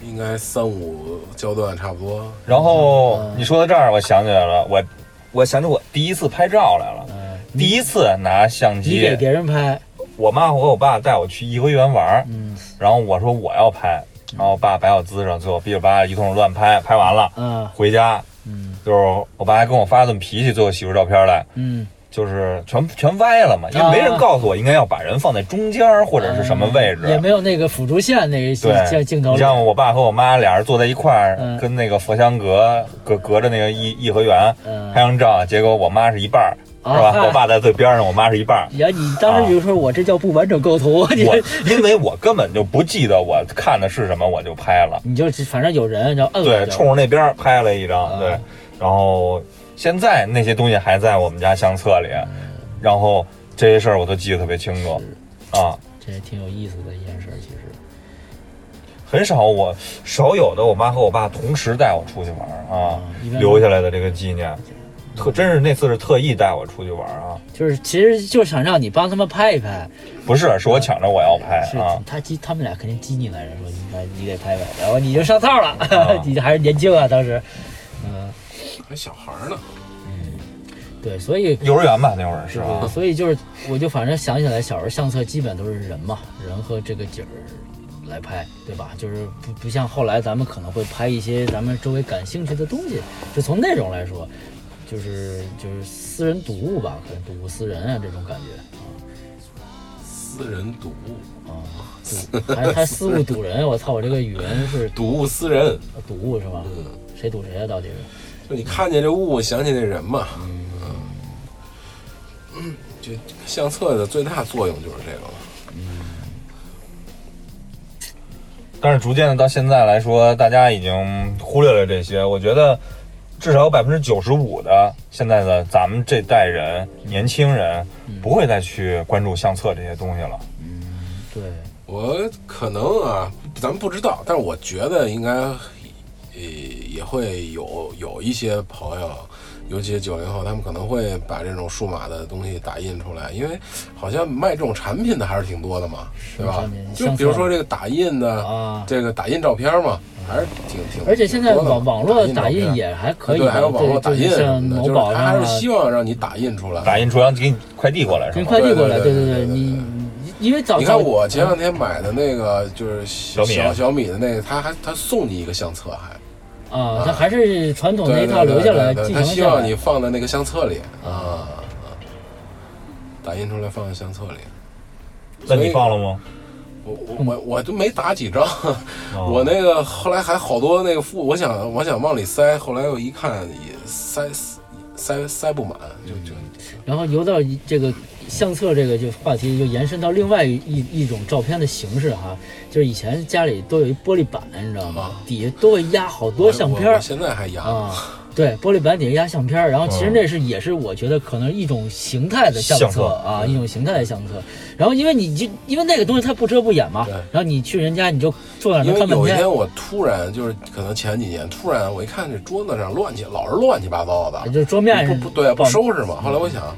Speaker 1: 应该三五焦段差不多。
Speaker 3: 然后你说到这儿，我想起来了，我我想起我第一次拍照来了，
Speaker 2: 嗯，
Speaker 3: 第一次拿相
Speaker 2: 你给
Speaker 3: 机，
Speaker 2: 别人拍，
Speaker 3: 我妈和我爸带我去颐和园玩儿，
Speaker 2: 嗯
Speaker 3: 然后我说我要拍，然后我爸摆我姿势，最后哔哩吧啦一通乱拍，拍完了
Speaker 2: 啊，
Speaker 3: 回家
Speaker 2: 嗯
Speaker 3: 就是我爸还跟我发了顿脾气，最后洗出照片来。
Speaker 2: 嗯，
Speaker 3: 就是全全歪了嘛，
Speaker 2: 啊
Speaker 3: 因为没人告诉我应该要把人放在中间儿或者是什么位置。
Speaker 2: 啊呃也没有那个辅助线那个
Speaker 3: 对
Speaker 2: 镜镜头
Speaker 3: 你
Speaker 2: 里，
Speaker 3: 像我爸和我妈俩人坐在一块儿，
Speaker 2: 嗯
Speaker 3: 跟那个佛香阁隔隔着那个颐颐和园
Speaker 2: 嗯
Speaker 3: 拍，张照，结果我妈是一半儿，
Speaker 2: 啊
Speaker 3: 是吧？
Speaker 2: 嗨
Speaker 3: 我爸在最边上，我妈是一半
Speaker 2: [LAUGHS]
Speaker 3: 儿。
Speaker 2: 呀，你当时比如说我这叫不完整构图，你
Speaker 3: 啊我因为我根本就不记得我看的是什么，我就拍了，
Speaker 2: 你就反正有人然后摁
Speaker 3: 对
Speaker 2: 了，就
Speaker 3: 冲着那边儿拍了一张，
Speaker 2: 嗯
Speaker 3: 对，然后现在那些东西还在我们家相册里，
Speaker 2: 嗯
Speaker 3: 然后这些事儿我都记得特别清楚，啊，
Speaker 2: 这也挺有意思的一件事儿，其实。
Speaker 3: 很少我少有的，我妈和我爸同时带我出去玩儿啊
Speaker 2: 嗯一般，嗯
Speaker 3: 留下来的这个纪念，特真是那次是特意带我出去玩儿啊，
Speaker 2: 就是其实就是想让你帮他们拍一拍，
Speaker 3: 不是是我抢着我要拍
Speaker 2: 是
Speaker 3: 啊，
Speaker 2: 他激他们俩肯定激你来着，说你来你得拍拍，然后你就上套了， [LAUGHS] 你还是年轻啊当时，嗯，
Speaker 1: 还小孩儿呢，
Speaker 2: 对，所以
Speaker 3: 幼儿园吧那会儿是啊，
Speaker 2: 所以就是我就反正想起来小时候相册基本都是人嘛，人和这个景儿来拍，对吧？就是不不像后来咱们可能会拍一些咱们周围感兴趣的东西，就从内容来说，就是就是私人读物吧，可能睹物思人啊这种 [LAUGHS] 感觉。
Speaker 1: 私人睹物，
Speaker 2: 啊，对还还私物堵人，我操！我这个语文是
Speaker 1: 睹物思人。
Speaker 2: 堵物是吧？
Speaker 1: 嗯
Speaker 2: 谁堵谁啊？到底是？
Speaker 1: 就你看见这物，想起那人嘛。嗯，就相册的最大作用就是这个了。
Speaker 3: 但是逐渐的到现在来说，大家已经忽略了这些，我觉得至少有百分之九十五的现在的咱们这代人年轻人
Speaker 1: 嗯
Speaker 3: 不会再去关注相册这些东西了，
Speaker 2: 对，
Speaker 1: 我可能啊，咱不知道，但是我觉得应该，呃，也会有有一些朋友，尤其九零后，他们可能会把这种数码的东西打印出来，因为好像卖这种产品的还是挺多的嘛，对吧
Speaker 2: 产品？
Speaker 1: 就
Speaker 2: 像
Speaker 1: 比如
Speaker 2: 素
Speaker 1: 说这个打印的，
Speaker 2: 啊
Speaker 1: 这个打印照片嘛，还是挺挺。
Speaker 2: 而且现在
Speaker 1: 挺多的
Speaker 2: 网网络
Speaker 1: 打
Speaker 2: 打
Speaker 1: 照
Speaker 2: 印
Speaker 1: 片
Speaker 2: 也还可以
Speaker 1: 对，
Speaker 2: 吧，
Speaker 1: 还有网络打
Speaker 2: 对
Speaker 1: 印
Speaker 2: 就是
Speaker 1: 什
Speaker 2: 像
Speaker 1: 么的，
Speaker 2: 某
Speaker 1: 就是
Speaker 2: 宝
Speaker 1: 他
Speaker 2: 上
Speaker 1: 还
Speaker 2: 啊
Speaker 1: 是，希望让你打印出来。
Speaker 3: 打印出来给你快递过来是
Speaker 2: 给
Speaker 3: 吗？
Speaker 2: 快递过来，
Speaker 1: 对
Speaker 2: 对
Speaker 1: 对对
Speaker 2: 对，你
Speaker 1: 对
Speaker 2: 你因为早
Speaker 1: 你看
Speaker 2: 早
Speaker 1: 我前两天买的那个就是小
Speaker 3: 小米
Speaker 1: 小小米的那个，他还他送你一个相册，还
Speaker 2: 啊，他还是传统那
Speaker 1: 对
Speaker 2: 一套
Speaker 1: 对
Speaker 2: 留
Speaker 1: 对
Speaker 2: 下来，
Speaker 1: 对对，
Speaker 2: 继
Speaker 1: 他
Speaker 2: 承
Speaker 1: 希
Speaker 2: 下
Speaker 1: 望你
Speaker 2: 来。
Speaker 1: 放在那个相册里啊，啊打印出来放在相册里。
Speaker 3: 那你放了吗？
Speaker 1: 我我
Speaker 2: 嗯
Speaker 1: 我我都没打几张，[LAUGHS]
Speaker 3: 哦
Speaker 1: 我那个后来还好多那个附，我想我想往里塞，后来我一看也塞塞塞不满，就就
Speaker 2: 然后由到一这个相册这个就话题就延伸到另外一一一种照片的形式哈，就是以前家里都有一玻璃板，你知道吗
Speaker 1: 啊？
Speaker 2: 底下都会压好多相片
Speaker 1: 我
Speaker 2: 儿
Speaker 1: 我现在还压，
Speaker 2: 啊，对，玻璃板底下压相片儿，然后其实
Speaker 1: 嗯
Speaker 2: 那是也是我觉得可能一种形态的相
Speaker 3: 相
Speaker 2: 册
Speaker 3: 册
Speaker 2: 啊，一种形态的相册。然后因为你就因为那个东西它不遮不掩嘛
Speaker 1: 对，
Speaker 2: 然后你去人家你就坐在那
Speaker 1: 因
Speaker 2: 儿
Speaker 1: 为
Speaker 2: 看半
Speaker 1: 有一
Speaker 2: 天
Speaker 1: 天，我突然就是可能前几年突然我一看这桌子上乱七老是乱七八糟的，
Speaker 2: 就桌面
Speaker 1: 不
Speaker 2: 上
Speaker 1: 不对，啊不
Speaker 2: 放
Speaker 1: 收拾嘛。后来我想，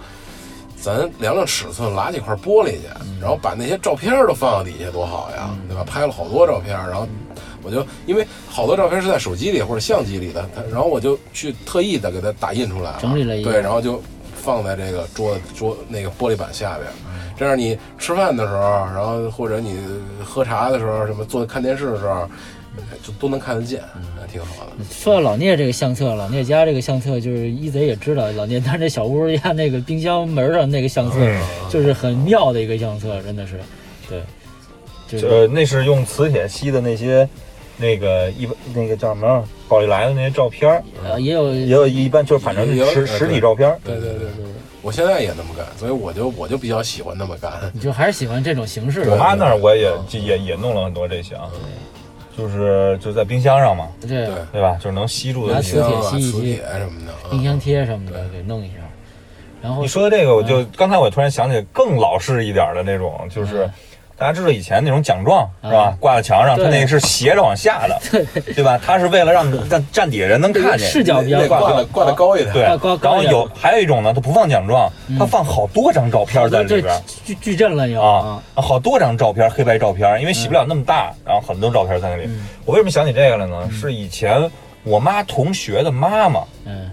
Speaker 1: 咱量量尺寸，拿几块玻璃去，
Speaker 2: 嗯
Speaker 1: 然后把那些照片都放到底下，多好呀，对吧？拍了好多照片，然后我就因为好多照片是在手机里或者相机里的，它然后我就去特意的给它打印出来，
Speaker 2: 整理了一个
Speaker 1: 对，然后就放在这个桌桌那个玻璃板下边。
Speaker 2: 嗯
Speaker 1: 这样你吃饭的时候，然后或者你喝茶的时候，什么坐看电视的时候，就都能看得见，
Speaker 2: 嗯
Speaker 1: 还挺好的。
Speaker 2: 说到老聂这个相册，老聂家这个相册就是一贼也知道，老聂他那小屋儿家那个冰箱门儿上那个相册，
Speaker 1: 嗯
Speaker 2: 就是很妙的一个相册，真的是，对，就是
Speaker 3: 呃，那是用磁铁吸的那些，那个一般那个叫什么宝丽来的那些照片儿，
Speaker 2: 呃也有
Speaker 3: 也有一般就是反正
Speaker 1: 也有
Speaker 3: 实
Speaker 1: 呃
Speaker 3: 实体
Speaker 1: 对
Speaker 3: 照片儿。
Speaker 1: 对对对对，我现在也那么干，所以我就我就比较喜欢那么干。
Speaker 2: 你就还是喜欢这种形式
Speaker 3: 我
Speaker 2: 的，
Speaker 3: 妈那儿我也就也也弄了很多这些
Speaker 1: 嗯
Speaker 3: 啊，就是就在冰箱上嘛，
Speaker 2: 对
Speaker 1: 对
Speaker 3: 对吧？就是能吸住的
Speaker 2: 拿
Speaker 3: 那
Speaker 2: 磁
Speaker 3: 些。
Speaker 1: 箱啊、
Speaker 2: 铁吸一吸
Speaker 1: 磁铁什么的，
Speaker 2: 冰
Speaker 1: 嗯
Speaker 2: 箱贴什么的给弄一下，然后
Speaker 3: 你说的这个，我
Speaker 2: 嗯
Speaker 3: 就刚才我突然想起更老式一点儿的那种，就是
Speaker 2: 嗯
Speaker 3: 大家知道以前那种奖状是吧
Speaker 2: 嗯？
Speaker 3: 挂在墙上，
Speaker 2: 对
Speaker 3: 它那个是斜着往下的，对吧？它是为了让让站底下人能看见，
Speaker 2: 嗯视角比较
Speaker 1: 那
Speaker 2: 广
Speaker 1: 挂的挂的高一点，
Speaker 3: 对，
Speaker 2: 挂
Speaker 3: 然
Speaker 2: 挂高
Speaker 3: 后
Speaker 2: 一点
Speaker 3: 有还有一种呢，它不放奖状，它放好多张照片在里
Speaker 2: 对嗯
Speaker 3: 边儿
Speaker 2: 矩矩阵了又
Speaker 3: 啊，，好多张照片，黑白照片，
Speaker 2: 嗯
Speaker 3: 因为洗不了那么大，然后很多照片在那里。我为什么想起这个来呢？是以前我妈同学的妈妈。
Speaker 2: 嗯，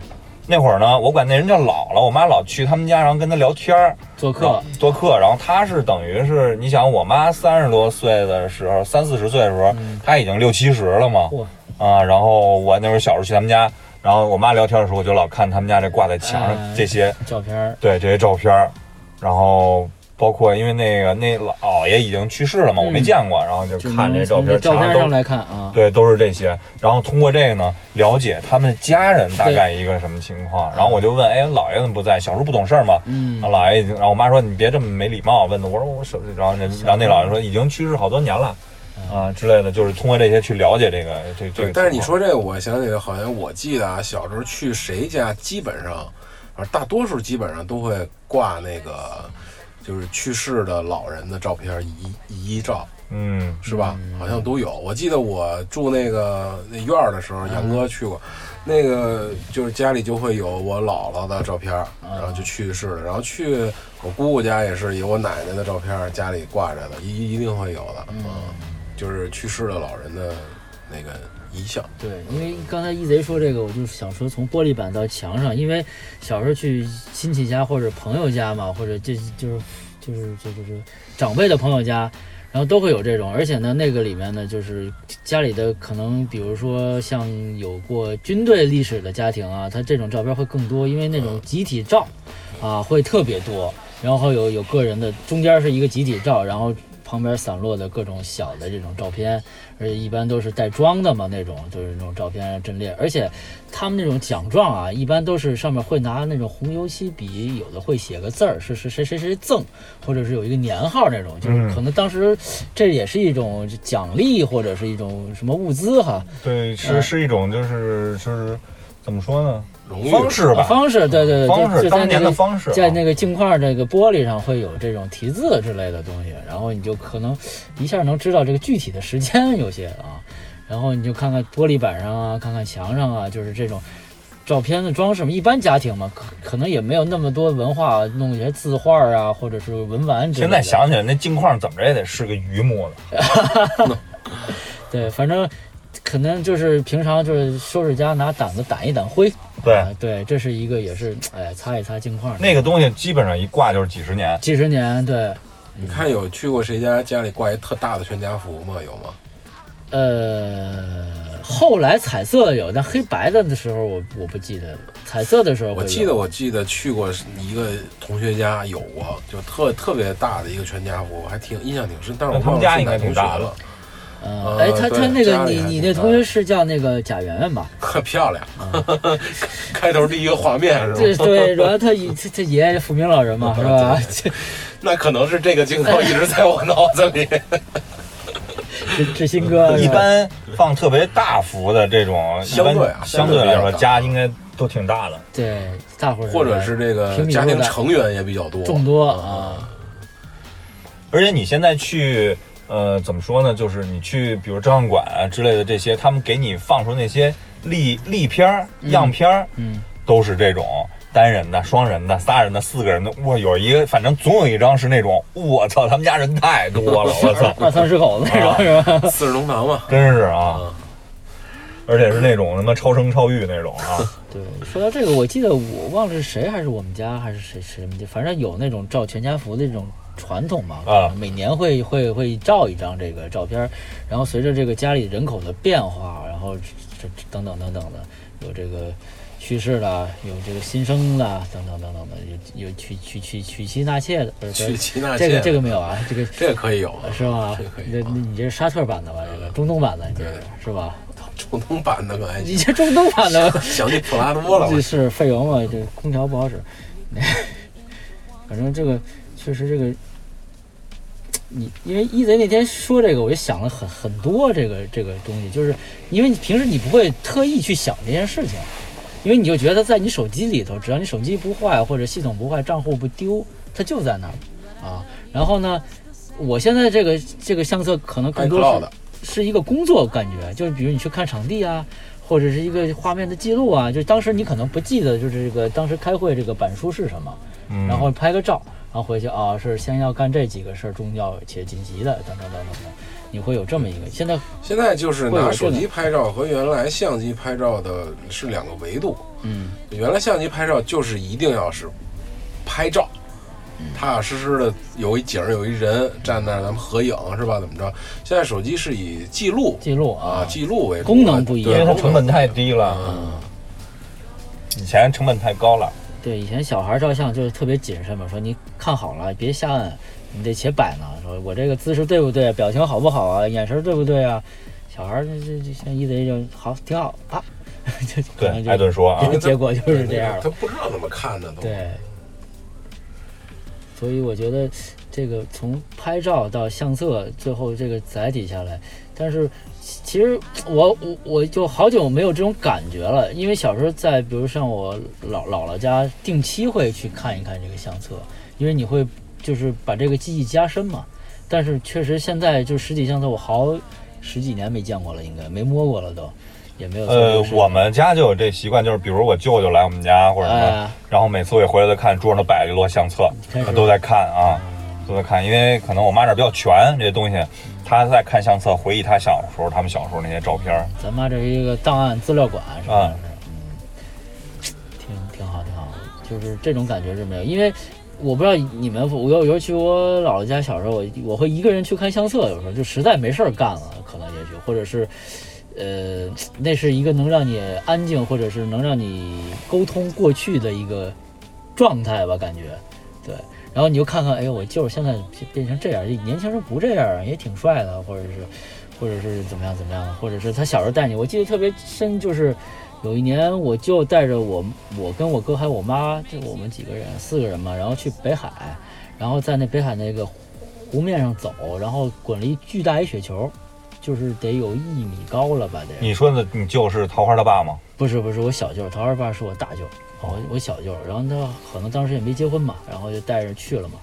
Speaker 3: 那会儿呢，我管那人叫姥姥，我妈老去他们家，然后跟她聊天儿，
Speaker 2: 做
Speaker 3: 然后
Speaker 2: 客
Speaker 3: 做客，然后她是等于是，你想我妈三十多岁的时候，三四十岁的时候，她已经六七十了嘛
Speaker 2: 嗯哇，
Speaker 3: 啊，然后我那会儿小时候去他们家，然后我妈聊天的时候，我就老看他们家这挂在墙
Speaker 2: 哎
Speaker 3: 上这些，
Speaker 2: 照片儿，
Speaker 3: 对这些照片儿，然后包括因为那个那姥爷已经去世了嘛，我没
Speaker 2: 嗯
Speaker 3: 见过，然后就
Speaker 2: 就
Speaker 3: 看
Speaker 2: 能
Speaker 3: 这照
Speaker 2: 从
Speaker 3: 片
Speaker 2: 这
Speaker 3: 儿，
Speaker 2: 照
Speaker 3: 墙
Speaker 2: 片
Speaker 3: 上都
Speaker 2: 上来看啊，
Speaker 3: 对，都是这些。然后通过这个呢，了解他们家人大概一个什么情况。然后我就问，哎，姥爷怎么不在？小时候不懂事儿嘛。
Speaker 2: 嗯
Speaker 3: 然后姥爷已经，然后我妈说你别这么没礼貌，啊问的我说我手，然后那然后那姥爷说已经去世好多年了，
Speaker 2: 嗯
Speaker 3: 啊之类的，就是通过这些去了解这个这这
Speaker 1: 对
Speaker 3: 个。
Speaker 1: 但是你，说这个，我想起来，好像我记得啊，小时候去谁家，基本上，啊，大多数基本上都会挂那个，就是去世的老人的照片遗遗照，
Speaker 3: 嗯，
Speaker 1: 是吧？好像都有。我记得我住那个那院儿的时候，杨哥去过，那个就是家里就会有我姥姥的照片儿，然后就去世了。然后去我姑姑家也是有我奶奶的照片儿，家里挂着的，一一定会有的。嗯，就是去世的老人的那个遗像。
Speaker 2: 对，因为刚才一贼说这个，我就想说从玻璃板到墙上，因为小时候去亲戚家或者朋友家嘛，或者这就是就是就就是长辈的朋友家，然后都会有这种，而且呢，那个里面呢，就是家里的可能，比如说像有过军队历史的家庭啊，它这种照片会更多，因为那种集体照啊会特别多，然后有有个人的，中间是一个集体照，然后旁边散落的各种小的这种照片，而且一般都是带妆的嘛，那种就是那种照片阵列，而且他们那种奖状啊，一般都是上面会拿那种红油漆笔，有的会写个字儿，是是谁谁谁赠，或者是有一个年号那种，
Speaker 3: 嗯
Speaker 2: 就是可能当时这也是一种奖励或者是一种什么物资哈，
Speaker 3: 对，
Speaker 2: 嗯
Speaker 3: 是是一种就是就是怎么说呢？
Speaker 1: 荣誉
Speaker 3: 方式吧，
Speaker 2: 啊方式对对对，
Speaker 3: 方
Speaker 2: 就
Speaker 3: 式，
Speaker 2: 就在
Speaker 3: 当
Speaker 2: 那
Speaker 3: 年的
Speaker 2: 个
Speaker 3: 方式啊，
Speaker 2: 在那个镜框这个玻璃上会有这种题字之类的东西，然后你就可能一下能知道这个具体的时间有些啊， [LAUGHS] 然后你就看看玻璃板上啊，看看墙上啊，就是这种照片的装饰嘛。一般家庭嘛，可可能也没有那么多文化，弄一些字画啊，或者是文玩之类
Speaker 3: 现
Speaker 2: 的。
Speaker 3: 在想起来，那镜框怎么着也得是个榆木的。
Speaker 2: 对，反正可能就是平常就是收拾家拿掸子掸一掸灰，
Speaker 3: 对
Speaker 2: 啊，对，这是一个也是哎擦一擦镜框。
Speaker 3: 那个东西基本上一挂就是几十年，
Speaker 2: 几十年对。
Speaker 1: 你看有去过谁家家里挂一特大的全家福吗？有吗？
Speaker 2: 呃，后来彩色的有，但黑白的的时候我我不记得了。彩色的时候会有
Speaker 1: 我记得我记得去过一个同学家有过，就特特别大的一个全家福，还挺印象挺深。但是我
Speaker 3: 那他们
Speaker 1: 忘
Speaker 3: 家
Speaker 1: 了是
Speaker 3: 应
Speaker 1: 哪
Speaker 3: 该
Speaker 1: 同学
Speaker 3: 挺大的
Speaker 1: 了， [LAUGHS]
Speaker 2: 呃，哎，他
Speaker 1: 对
Speaker 2: 他那
Speaker 1: 家
Speaker 2: 个
Speaker 1: 里
Speaker 2: 你
Speaker 1: 还
Speaker 2: 你
Speaker 1: 挺
Speaker 2: 那
Speaker 1: 大
Speaker 2: 同学是叫那个贾圆圆吧？
Speaker 1: 呵漂亮，
Speaker 2: 嗯
Speaker 1: [LAUGHS] 开头第一个画面
Speaker 2: 对
Speaker 1: 是吧？ [LAUGHS]
Speaker 2: 对，然后他爷他他爷爷富明老人嘛，是吧？ [LAUGHS]
Speaker 1: 那可能是这个镜头一直在我脑子里。
Speaker 2: 志志新哥
Speaker 3: 一
Speaker 2: 是吧
Speaker 3: 般放特别大幅的这种，
Speaker 1: 相对啊
Speaker 3: 一般相对来说，家应该都挺大的。
Speaker 2: 对，大伙儿
Speaker 1: 或者是这个
Speaker 2: 平米
Speaker 1: 家庭
Speaker 2: 数的
Speaker 1: 成员也比较多，
Speaker 2: 众多啊，
Speaker 3: 而且你现在去，呃，怎么说呢？就是你去，比如照相馆啊之类的这些，他们给你放出那些例例片儿、样片儿，
Speaker 2: 嗯，，
Speaker 3: 都是这种单人的、双人的、仨人的、四个人的。我有一个，反正总有一张是那种，我操，他们家人太多了，我操
Speaker 2: [LAUGHS] 二三十口子那
Speaker 1: 啊
Speaker 2: 种是吧？
Speaker 1: 四世同堂嘛。
Speaker 3: 真是啊！而且是那种他妈超生超育那种啊，
Speaker 2: 对，说到这个，我记得我忘了是谁，还是我们家，还是谁谁们家，反正有那种照全家福的这种传统嘛，
Speaker 3: 啊
Speaker 2: 每年会会会照一张这个照片儿，然后随着这个家里人口的变化，然后这这等等等等的，有这个去世的，有这个新生的，等等等等的，有有娶娶娶娶妻纳妾的，不是
Speaker 1: 娶妻纳妾
Speaker 2: 这个这个没有啊，这个
Speaker 1: 这个可以有，
Speaker 2: 是吧
Speaker 1: 这个可？以
Speaker 2: 那
Speaker 1: 有啊
Speaker 2: 你这是沙特版的吧？这个中东版的，你这是是吧？
Speaker 1: 中东版的可还
Speaker 2: 你这中东版的。
Speaker 1: 想起普拉多了，
Speaker 2: 这
Speaker 1: 我
Speaker 2: 是费油嘛，这空调不好使。反正这个确实这个，你因为一贼那天说这个，我就想了很很多这个这个东西，就是因为你平时你不会特意去想这件事情，因为你就觉得在你手机里头，只要你手机不坏或者系统不坏，账户不丢，它就在那儿啊。然后呢，我现在这个这个相册可能更多
Speaker 1: iCloud
Speaker 2: 是是一个工作感觉，就是比如你去看场地啊，或者是一个画面的记录啊，就是当时你可能不记得，就是这个当时开会这个板书是什么，
Speaker 3: 嗯
Speaker 2: 然后拍个照，然后回去啊是先要干这几个事儿，中要且紧急的等等等等的，你会有这么一个。现在
Speaker 1: 现在就是拿手机拍照和原来相机拍照的是两个维度。
Speaker 2: 嗯，
Speaker 1: 原来相机拍照就是一定要是拍照，踏踏实实的有一景儿有一人站那儿，咱们合影是吧？怎么着？现在手机是以记录
Speaker 2: 记录
Speaker 1: 啊
Speaker 2: 啊，
Speaker 1: 记录为主
Speaker 2: 功能不一样
Speaker 3: 因
Speaker 1: 对
Speaker 3: 为它
Speaker 1: 功能啊
Speaker 3: 成本太低了，以前成本太高了。
Speaker 2: 对，以前小孩照相就是特别谨慎嘛，说你看好了，别瞎摁，你得且摆呢。说我这个姿势对不对，表情好不好啊，眼神对不对啊？小孩儿这这这像一贼就好，挺好啊， [LAUGHS] 就可能
Speaker 3: 对，
Speaker 2: 就
Speaker 3: 艾顿说啊
Speaker 2: 这，个结果就是这样
Speaker 1: 他
Speaker 2: 了。
Speaker 1: 不知道怎么看的都。
Speaker 2: 对，所以我觉得这个从拍照到相册，最后这个载体下来，但是其其实我我我就好久没有这种感觉了，因为小时候在比如像我姥姥姥家，定期会去看一看这个相册，因为你会就是把这个记忆加深嘛。但是确实现在就实体相册，我好十几年没见过了，应该没摸过了都，也没有做这
Speaker 3: 呃
Speaker 2: 个事。，
Speaker 3: 我们家就有这习惯，就是比如我舅舅来我们家或者什
Speaker 2: 哎
Speaker 3: 么，然后每次我一回来都看桌上都摆了一摞相册
Speaker 2: 真是，
Speaker 3: 都在看啊，都在看，因为可能我妈这儿比较全这些东西，她在看相册回忆她小时候他们小时候那些照片儿。
Speaker 2: 咱妈这是一个档案资料馆，是吧？
Speaker 3: 啊
Speaker 2: 嗯，挺挺好，挺好，就是这种感觉是没有，因为我不知道你们，我尤尤其我姥姥家小时候，我我会一个人去看相册，有时候就实在没事儿干了，可能也许或者是。呃，那是一个能让你安静，或者是能让你沟通过去的一个状态吧，感觉，对。然后你就看看，哎呦，我就是现在变成这样，年轻人不这样啊，也挺帅的，或者是，或者是怎么样怎么样的，或者是他小时候带你，我记得特别深，就是有一年我就带着我，我跟我哥还有我妈，就我们几个人四个人嘛，然后去北海，然后在那北海那个湖面上走，然后滚了一巨大一雪球，就是得有一米高了吧，得。
Speaker 3: 你说的你舅是桃花他爸吗？
Speaker 2: 不是不是，我小舅，桃花爸是我大舅，
Speaker 1: 哦
Speaker 2: 我我小舅，然后他可能当时也没结婚嘛，然后就带着去了嘛，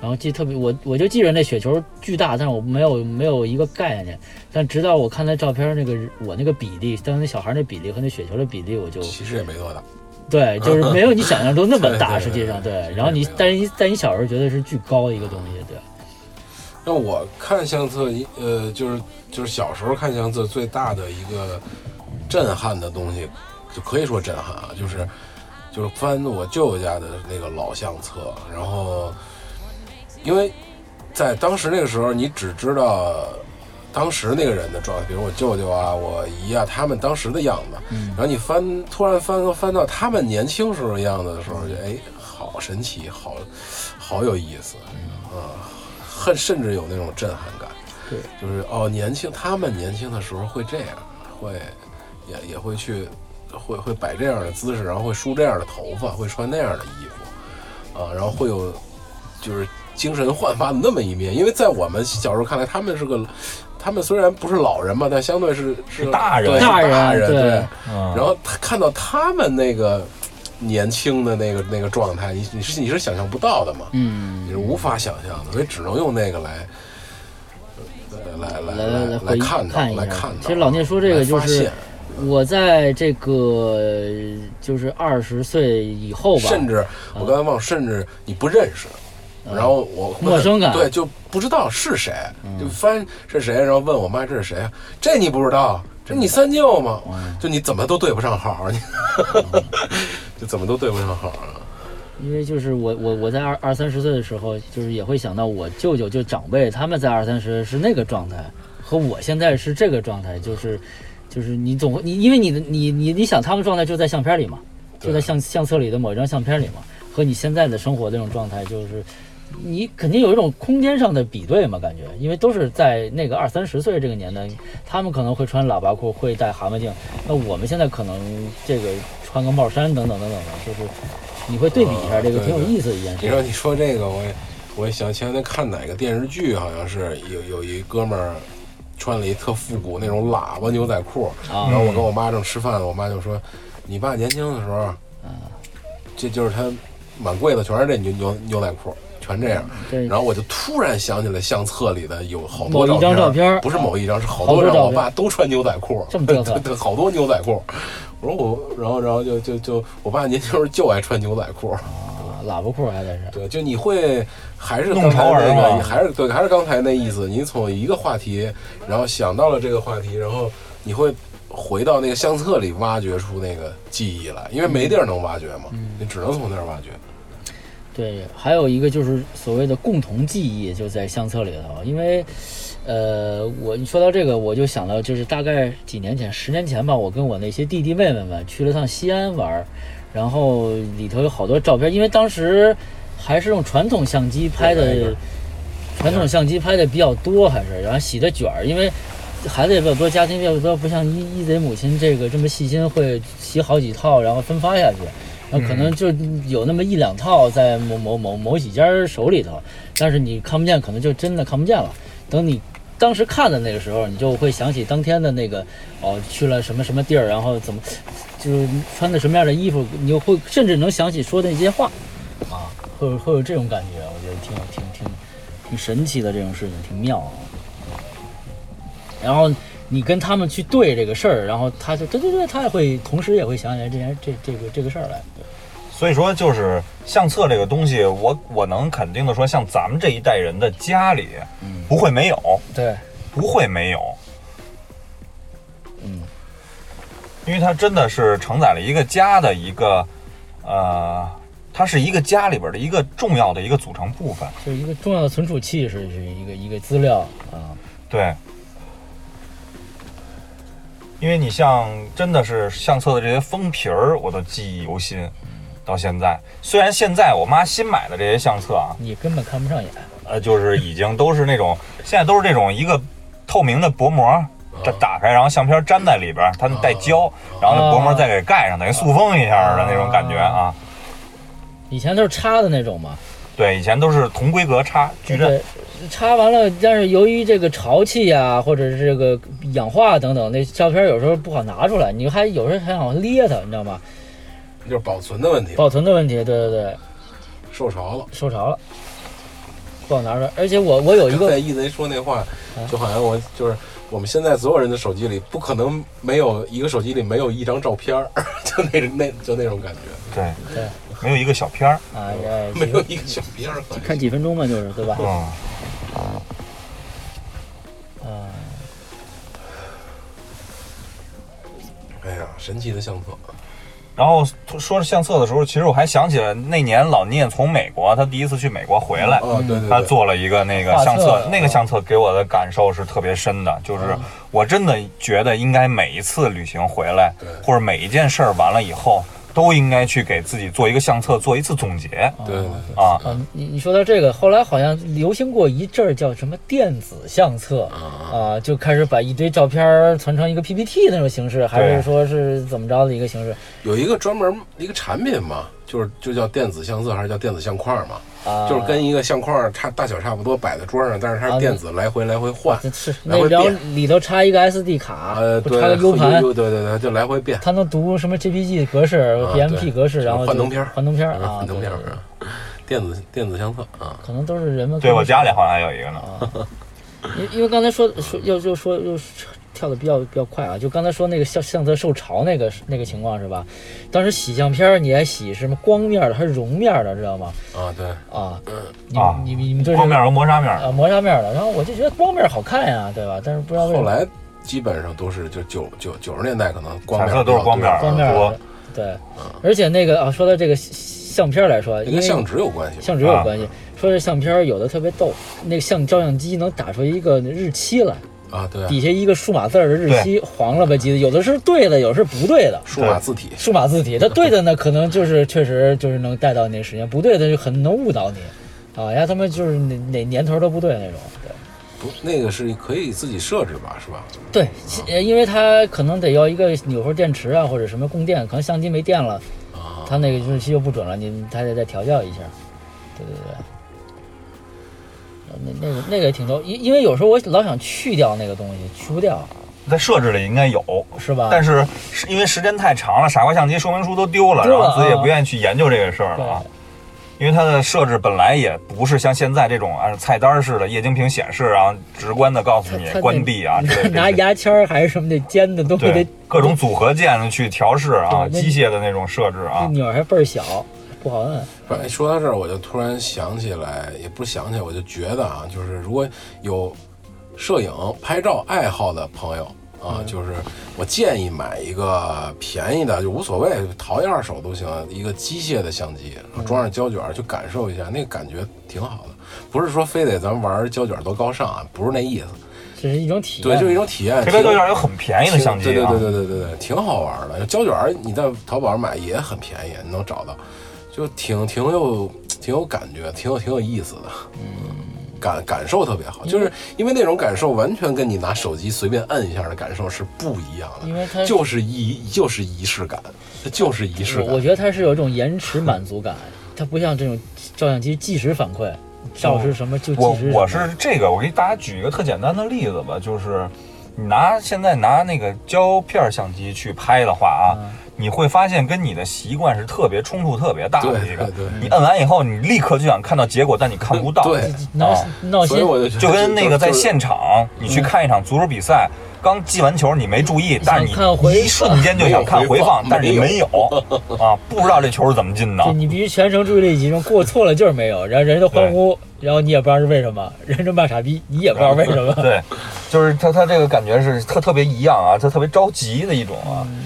Speaker 2: 然后记得特别，我我就记着那雪球巨大，但是我没有没有一个概念，但直到我看那照片那个我那个比例，当时那小孩那比例和那雪球的比例，我就
Speaker 1: 其实也没多大，
Speaker 2: 对，就是没有你想象中那么
Speaker 1: [LAUGHS] 对
Speaker 2: 大，
Speaker 1: 对
Speaker 2: 实际上对，
Speaker 1: 对
Speaker 2: 然后你
Speaker 1: 没有
Speaker 2: 但是你在你小时候觉得是巨高的一个东西，对，
Speaker 1: 那我看相册一呃，就是就是小时候看相册最大的一个震撼的东西，就可以说震撼啊，就是就是翻我舅舅家的那个老相册，然后因为在当时那个时候，你只知道当时那个人的状态，比如我舅舅啊、我姨啊，他们当时的样子，然后你翻突然翻翻到他们年轻时候的样子的时候，就哎，好神奇，好好有意思。恨甚至有那种震撼感。
Speaker 2: 对，
Speaker 1: 就是哦，年轻他们年轻的时候会这样，会也也会去，会会摆这样的姿势，然后会梳这样的头发，会穿那样的衣服，啊，然后会有就是精神焕发的那么一面。因为在我们小时候看来，他们是个。他们虽然不是老人嘛，但相对是是
Speaker 3: 是大人
Speaker 1: 对
Speaker 2: 大人
Speaker 1: 大人
Speaker 2: 对
Speaker 3: 嗯，
Speaker 1: 然后他看到他们那个年轻的那个那个状态，你你是你是想象不到的嘛，你是
Speaker 2: 嗯，
Speaker 1: 无法想象的，所以只能用那个来呃来来
Speaker 2: 来来
Speaker 1: 来
Speaker 2: 回
Speaker 1: 看到
Speaker 2: 一
Speaker 1: 来
Speaker 2: 下。
Speaker 1: 看到。
Speaker 2: 其实老聂说这个就
Speaker 1: 来发
Speaker 2: 是
Speaker 1: 现
Speaker 2: 我在这个呃就是二十岁以后吧，
Speaker 1: 甚至
Speaker 2: 嗯
Speaker 1: 我刚才忘了，甚至你不认识，然后我问
Speaker 2: 陌生感嗯
Speaker 1: 对，就不知道是谁，就翻是谁，然后问我妈这是谁啊？这你不知道？这你三舅吗？
Speaker 2: 嗯
Speaker 1: 就你怎么都对不上号，你 [LAUGHS] 就怎么都对不上号啊？
Speaker 2: 因为就是我我我在二二三十岁的时候，就是也会想到我舅舅就长辈他们在二三十是那个状态，和我现在是这个状态，就是就是你总会你因为你的你你你想他们状态就在相片里嘛，就在相相册里的某一张相片里嘛，和你现在的生活这种状态就是。你肯定有一种空间上的比对嘛，感觉，因为都是在那个二三十岁这个年代，他们可能会穿喇叭裤，会戴蛤蟆镜，那我们现在可能这个穿个帽衫等等等等的，就是你会对比一下，这个挺有意思的一件
Speaker 1: 你
Speaker 2: 事。
Speaker 1: 说你说这个，我也我也想前两天看哪个电视剧，好像是有有一哥们儿穿了一特复古那种喇叭牛仔裤，
Speaker 2: 啊
Speaker 1: 然后我跟我妈正吃饭，我妈就说：“你爸年轻的时
Speaker 2: 啊
Speaker 1: 候，这就是他满柜子全是这牛牛牛仔裤。”全这样，
Speaker 2: 嗯对
Speaker 1: 然后我就突然想起来相册里的有好
Speaker 2: 某
Speaker 1: 多
Speaker 2: 一张照片啊
Speaker 1: 不是某一张，是好
Speaker 2: 好
Speaker 1: 多
Speaker 2: 多
Speaker 1: 张。
Speaker 2: 照
Speaker 1: 我
Speaker 2: 片
Speaker 1: 爸都穿牛仔裤，
Speaker 2: 这么嘚瑟
Speaker 1: [LAUGHS] 对，好多牛仔裤。我说我，然后然后就就就我爸年轻时候就爱穿牛仔裤，
Speaker 2: 啊，喇叭裤还在这儿。
Speaker 1: 对，就你会还是
Speaker 3: 弄
Speaker 1: 刚才
Speaker 3: 潮儿
Speaker 1: 那个，
Speaker 3: 嘛
Speaker 1: 还是对，还是刚才那意思。你从一个话题，然后想到了这个话题，然后你会回到那个相册里挖掘出那个记忆来，因为没地儿能挖掘嘛，
Speaker 3: 嗯
Speaker 1: 你只能从那儿挖掘。
Speaker 2: 对，还有一个就是所谓的共同记忆，就在相册里头。因为，呃，我你说到这个，我就想到就是大概几年前，十年前吧，我跟我那些弟弟妹妹们去了趟西安玩儿，然后里头有好多照片，因为当时还是用传统相机拍
Speaker 1: 对那
Speaker 2: 的
Speaker 1: 个，
Speaker 2: 传统相机拍的比较多，还是然后洗的卷儿，因为。孩子也比较多，家庭比较多，不像一一贼母亲这个这么细心，会洗好几套，然后分发下去。那可能就有那么一两套在某某某某几家手里头，但是你看不见，可能就真的看不见了。等你当时看的那个时候，你就会想起当天的那个哦，去了什么什么地儿，然后怎么就是穿的什么样的衣服，你就会甚至能想起说的那些话啊，会有会有这种感觉，我觉得挺有挺挺挺神奇的这种事情，挺妙啊。然后你跟他们去对这个事儿，然后他就对对对，他也会同时也会想起来这件这这个这个事儿来。
Speaker 3: 所以说就是相册这个东西，我我能肯定的说，像咱们这一代人的家里，
Speaker 2: 嗯
Speaker 3: 不会没有，
Speaker 2: 对，
Speaker 3: 不会没有，
Speaker 2: 嗯，
Speaker 3: 因为它真的是承载了一个家的一个，呃，它是一个家里边的一个重要的一个组成部分。
Speaker 2: 就是一个重要的存储器，是是一个一个资料啊。
Speaker 3: 对，因为你像真的是相册的这些封皮儿，我都记忆犹新，到现在。虽然现在我妈新买的这些相册啊，
Speaker 2: 你根本看不上眼，
Speaker 3: 呃，就是已经都是那种现在都是这种一个透明的薄
Speaker 2: 啊
Speaker 3: 膜。这打开，然后相片粘在里边，它带胶，然后那薄膜再给盖上，等于塑封一下的那种感觉啊。
Speaker 2: 以前都是插的那种嘛，
Speaker 3: 对，以前都是同规格插矩阵，
Speaker 2: 对，插完了，但是由于这个潮气啊，或者是这个氧化等等，那照片有时候不好拿出来，你还有时候还想捏它，你知道吗？
Speaker 1: 就是保存的问题，
Speaker 2: 保存的问题，对对对，
Speaker 1: 受潮了。
Speaker 2: 受潮了，不好拿出来。而且我我有一
Speaker 3: [LAUGHS]
Speaker 1: 刚才
Speaker 2: 个，
Speaker 1: 一贼说那话，
Speaker 3: 啊
Speaker 1: 就好像我就是我们现在所有人的手机里，不可能没有一个手机里没有一张照片儿， [LAUGHS] 就那那就那种感觉，
Speaker 3: 对，
Speaker 2: 对
Speaker 3: 没有一个小片儿，
Speaker 2: 啊，哎
Speaker 1: 没有一个小片儿。
Speaker 2: 看几分钟嘛，就是对吧？
Speaker 3: 嗯，
Speaker 2: 啊，
Speaker 1: 哎呀，神奇的相册，
Speaker 3: 然后说是相册的时候，其实我还想起来那年老聂从美国，他第一次去美国回来，
Speaker 1: 哦，对对
Speaker 3: 啊嗯他
Speaker 1: 对，
Speaker 3: 做了一个那个
Speaker 2: 画
Speaker 3: 相册
Speaker 2: 册，
Speaker 3: 那个相册给我的感受是特别深的，就是我真的觉得应该每一次旅行回来
Speaker 1: 对，
Speaker 3: 或者每一件事儿完了以后，都应该去给自己做一个相册，做一次总结
Speaker 1: 对对对。
Speaker 3: 啊。
Speaker 2: 啊，你你说到这个，后来好像流行过一阵儿叫什么电子相册啊，就开始把一堆照片儿存成一个 PPT 那种形式，还
Speaker 1: 啊
Speaker 3: 对
Speaker 2: 是说是怎么着的一个形式？
Speaker 1: 有一个专门一个产品嘛，就是就叫电子相册还是叫电子相框嘛？
Speaker 2: 啊，
Speaker 1: 就是跟一个相框差大小差不多摆在桌上，但是它
Speaker 2: 啊
Speaker 1: 是电子来回来回换，
Speaker 2: 是
Speaker 1: 来
Speaker 2: 那
Speaker 1: 回
Speaker 2: 然后
Speaker 1: 变
Speaker 2: 里头插一个 SD 卡，
Speaker 1: 呃，
Speaker 2: 不
Speaker 1: 对，
Speaker 2: 插个 U 盘，啊
Speaker 1: 对对对，就来回变。
Speaker 2: 它能读什么 JPG 格式、
Speaker 1: 啊
Speaker 2: BMP
Speaker 1: 对
Speaker 2: 格式，
Speaker 1: 就是
Speaker 2: 然后就
Speaker 1: 幻灯片儿
Speaker 2: 幻灯片儿
Speaker 1: 嗯
Speaker 2: 啊，
Speaker 1: 幻灯片儿
Speaker 2: 对对对
Speaker 1: 啊，电子电子相册啊，
Speaker 2: 可能都是人们
Speaker 3: 对
Speaker 2: 刚
Speaker 3: 我家里好像还有一个呢。
Speaker 2: 因因为刚才说说又又说又跳的比较比较快啊，就刚才说那个相相册受潮那个那个情况是吧？当时洗相片儿你还洗什么光面儿的还是绒面儿的，知道吗？
Speaker 1: 啊，对，
Speaker 2: 啊，你
Speaker 3: 啊
Speaker 2: 你你们对这
Speaker 3: 光
Speaker 2: 个
Speaker 3: 面和磨砂面，
Speaker 2: 啊磨砂面儿的，然后我就觉得光面儿好看呀，对吧？但是不知道为什
Speaker 1: 后
Speaker 2: 么
Speaker 1: 来基本上都是就九九九十年代可能光
Speaker 3: 彩
Speaker 1: 面
Speaker 3: 色都是光面儿
Speaker 2: 光面儿
Speaker 3: 多
Speaker 2: 的，对，而且那个啊，说到这个相片儿来说，
Speaker 1: 也
Speaker 2: 因为
Speaker 1: 跟相纸有关系吧。
Speaker 2: 相纸有
Speaker 3: 啊
Speaker 2: 关系。说这相片儿有的特别逗，那个相照相机能打出一个日期来，
Speaker 1: 啊，对啊，
Speaker 2: 底下一个数码字儿的日期，黄了吧唧的，有的是对的，有的是不对的。
Speaker 1: 数码字体
Speaker 2: 数码字体，它对的呢，可能就是确实就是能带到那时间，不对的就很能误导你，啊，人家他们就是哪哪年头都不对那种。
Speaker 1: 不，那个是可以自己设置吧，是吧？
Speaker 2: 对，其呃因为它可能得要一个纽扣电池啊，或者什么供电，可能相机没电了，
Speaker 1: 啊，
Speaker 2: 它那个日期就不准了，你还得再调教一下。对对对。那那个那个也挺逗，因因为有时候我老想去掉那个东西，去不掉，
Speaker 3: 在设置里应该有，
Speaker 2: 是吧？
Speaker 3: 但是是因为时间太长了，傻瓜相机说明书都丢了，
Speaker 2: 丢
Speaker 3: 然
Speaker 2: 了
Speaker 3: 后自己也
Speaker 2: 啊
Speaker 3: 不愿意去研究这个事儿
Speaker 2: 对
Speaker 3: 了啊。因为它的设置本来也不是像现在这种按菜单式的液晶屏显示，然后直观的告诉
Speaker 2: 它
Speaker 3: 你
Speaker 2: 它
Speaker 3: 关
Speaker 2: [LAUGHS]
Speaker 3: 闭啊之类的这些。
Speaker 2: 拿牙签儿还是什么的尖的都得
Speaker 3: 对各种组合键去调试啊，
Speaker 2: 对那嗯
Speaker 3: 机械的那种设置
Speaker 2: 那
Speaker 3: 啊，
Speaker 2: 钮儿还倍儿小，不好摁。
Speaker 1: 不是哎说到这儿，我就突然想起来，也不是想起来，我就觉得啊，就是如果有摄影拍照爱好的朋友啊，
Speaker 3: 嗯
Speaker 1: 就是我建议买一个便宜的，就无所谓，淘一二手都行，一个机械的相机，
Speaker 3: 嗯
Speaker 1: 装上胶卷儿去感受一下，那个感觉挺好的。不是说非得咱们玩胶卷儿多高尚啊，不是那意思，
Speaker 2: 这是一种体验。
Speaker 1: 对，就是一种体验。
Speaker 3: 黑
Speaker 1: 挺
Speaker 3: 白胶卷有很便宜的相机
Speaker 1: 对
Speaker 3: 啊
Speaker 1: 对，对对对对对，挺好玩的。胶卷儿你在淘宝上买也很便宜，你能找到，就挺挺有挺有感觉，挺有挺有意思的。嗯，感感受特别好，
Speaker 3: 嗯
Speaker 1: 就是因为那种感受完全跟你拿手机随便摁一下的感受是不一样
Speaker 2: 因
Speaker 1: 的，
Speaker 2: 为
Speaker 3: 嗯
Speaker 2: 它
Speaker 1: 就是仪就是仪式感，就是仪式
Speaker 2: 我我
Speaker 1: 感。
Speaker 2: 觉得它是有一种延迟满足感，它不像这种照相机即时反馈，照是什
Speaker 1: [LAUGHS]
Speaker 2: 么就
Speaker 3: 我
Speaker 2: 即时什么。
Speaker 3: 我是这个，我给大家举一个特简单的例子吧，就是你拿现在拿那个胶片相机去拍的话啊，
Speaker 1: 嗯
Speaker 3: 你会发现跟你的习惯是特别冲突特别大
Speaker 1: 对
Speaker 3: 的一个
Speaker 1: 对。对，
Speaker 3: 你摁完以后，你立刻就想看到结果，但你看不到。
Speaker 1: 对，
Speaker 2: 闹、
Speaker 3: 啊
Speaker 2: 闹
Speaker 1: 所以
Speaker 2: 心。
Speaker 1: 我就觉得
Speaker 3: [LAUGHS] 就跟那个在
Speaker 1: 就是
Speaker 3: 现场，
Speaker 1: 嗯
Speaker 3: 你去看一场足球比赛，刚击完球你没注意，但是
Speaker 2: 想看回
Speaker 3: 你一瞬间就想看回放，
Speaker 1: 没有
Speaker 3: 但是你没有啊，不知道这球是怎么进的
Speaker 2: 就。你必须全程注意力集中，过错了就是没有，然后人家都欢呼，然后你也不知道是为什么，人家骂傻逼，你也不知道为什么。
Speaker 3: [LAUGHS] 对，就是他他这个感觉是特特别一样啊，他特别着急的一种啊。
Speaker 2: 嗯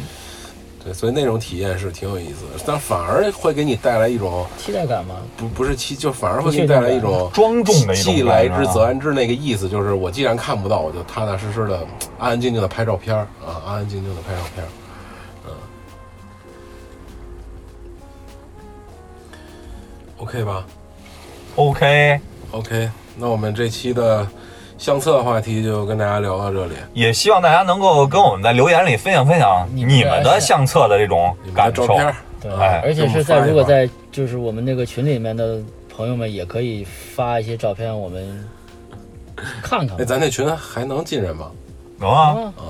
Speaker 1: 对，所以那种体验是挺有意思的，但反而会给你带来一种
Speaker 2: 期待感嘛，
Speaker 1: 不不是期，就反而会给你带来一种
Speaker 3: 啊庄重的一种
Speaker 1: 既
Speaker 3: 感
Speaker 1: 来
Speaker 3: 觉啊
Speaker 1: 之则安之那个意思，就是我既然看不到，我就踏踏实实的、安安静静的拍照片儿啊，安安静静的拍照片儿。嗯，OK 吧
Speaker 3: OK，
Speaker 1: ？OK，那我们这期的相册话题就跟大家聊到这里。
Speaker 3: 也希望大家能够跟我们在留言里分享分享
Speaker 2: 你
Speaker 3: 你们的相册的这种
Speaker 1: 你们的
Speaker 3: 感
Speaker 1: 照
Speaker 3: 受。
Speaker 1: 片儿，
Speaker 2: 对，
Speaker 3: 哎
Speaker 2: 而且
Speaker 1: 给我
Speaker 2: 是
Speaker 1: 们
Speaker 2: 在
Speaker 1: 发一
Speaker 2: 如果
Speaker 1: 发
Speaker 2: 在就是我们那个群里面的朋友们也可以发一些照片，我们
Speaker 1: [LAUGHS]
Speaker 2: 看看
Speaker 1: 哎，
Speaker 2: 吧。
Speaker 1: 咱那群还能进人吗？
Speaker 3: 能啊，
Speaker 2: 啊，
Speaker 1: 啊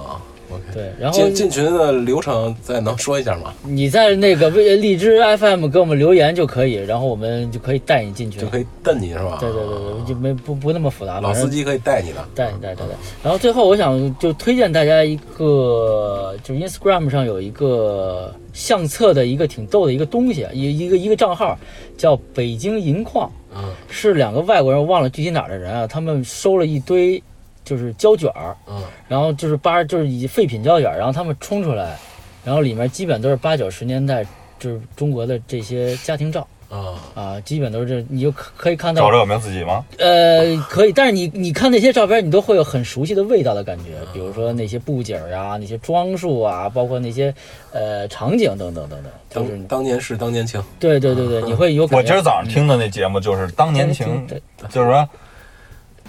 Speaker 1: ，OK。
Speaker 2: 对，然后
Speaker 1: 进进群的流程再能说一下吗？
Speaker 2: 你在那个微荔枝 FM 给我们留言就可以，然后我们就可以带你进群
Speaker 1: 就。可以瞪你是吧？
Speaker 2: 对对对对，就没不不那么复杂，
Speaker 1: 老
Speaker 2: 反
Speaker 1: 司
Speaker 2: 正
Speaker 1: 机可以带你的。
Speaker 2: 带带带带。然后最后我想就推荐大家一个，就是 Instagram 上有一个相册的一个挺逗的一个东西，一一个一个账号叫北京银矿，
Speaker 1: 嗯
Speaker 2: 是两个外国人，忘了具体哪儿的人啊，他们收了一堆就是胶卷儿，
Speaker 1: 嗯。
Speaker 2: 然后就是八就是以废品胶卷儿，然后他们冲出来，然后里面基本都是八九十年代就是中国的这些家庭照。
Speaker 1: 啊，
Speaker 2: 啊，基本都是这，你就可可以看到
Speaker 3: 找着有没有自己吗？
Speaker 2: 呃，可以，但是你你看那些照片，你都会有很熟悉的味道的感觉，比如说那些布景儿啊，那些装束啊，包括那些呃场景等等等等，就是
Speaker 1: 当当年事当年情，
Speaker 2: 对对对对，你会有感觉。嗯
Speaker 3: 嗯我今儿早上听的那节目就是当年情，
Speaker 2: 对
Speaker 3: 就是说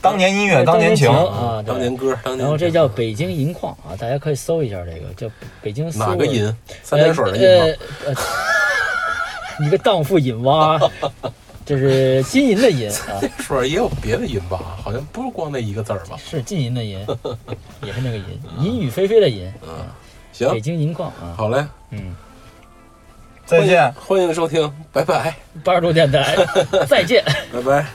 Speaker 3: 当年音乐
Speaker 2: 对
Speaker 3: 当年情
Speaker 2: 当年情啊，
Speaker 1: 当
Speaker 2: 对。
Speaker 1: 年歌，当年情。
Speaker 2: 然后这叫北京银矿啊，大家可以搜一下这个，叫北京搜
Speaker 1: 哪个银？三
Speaker 2: 呃 [LAUGHS]
Speaker 1: 点水的银吗？
Speaker 2: 呃呃，你个荡妇淫蛙，这是金银的银啊，
Speaker 1: 说也有别的音吧，好像不是光那一个字儿吧？
Speaker 2: 是金银的银，也是那
Speaker 1: [LAUGHS]
Speaker 2: 个银，
Speaker 1: 啊
Speaker 2: 银雨霏霏的银，
Speaker 1: 行
Speaker 2: 北，京银矿啊，
Speaker 1: 好嘞，
Speaker 2: 嗯，
Speaker 3: 再见。
Speaker 1: 欢迎收听，拜拜，
Speaker 2: [LAUGHS] 八十度电台，再见。
Speaker 1: 拜拜。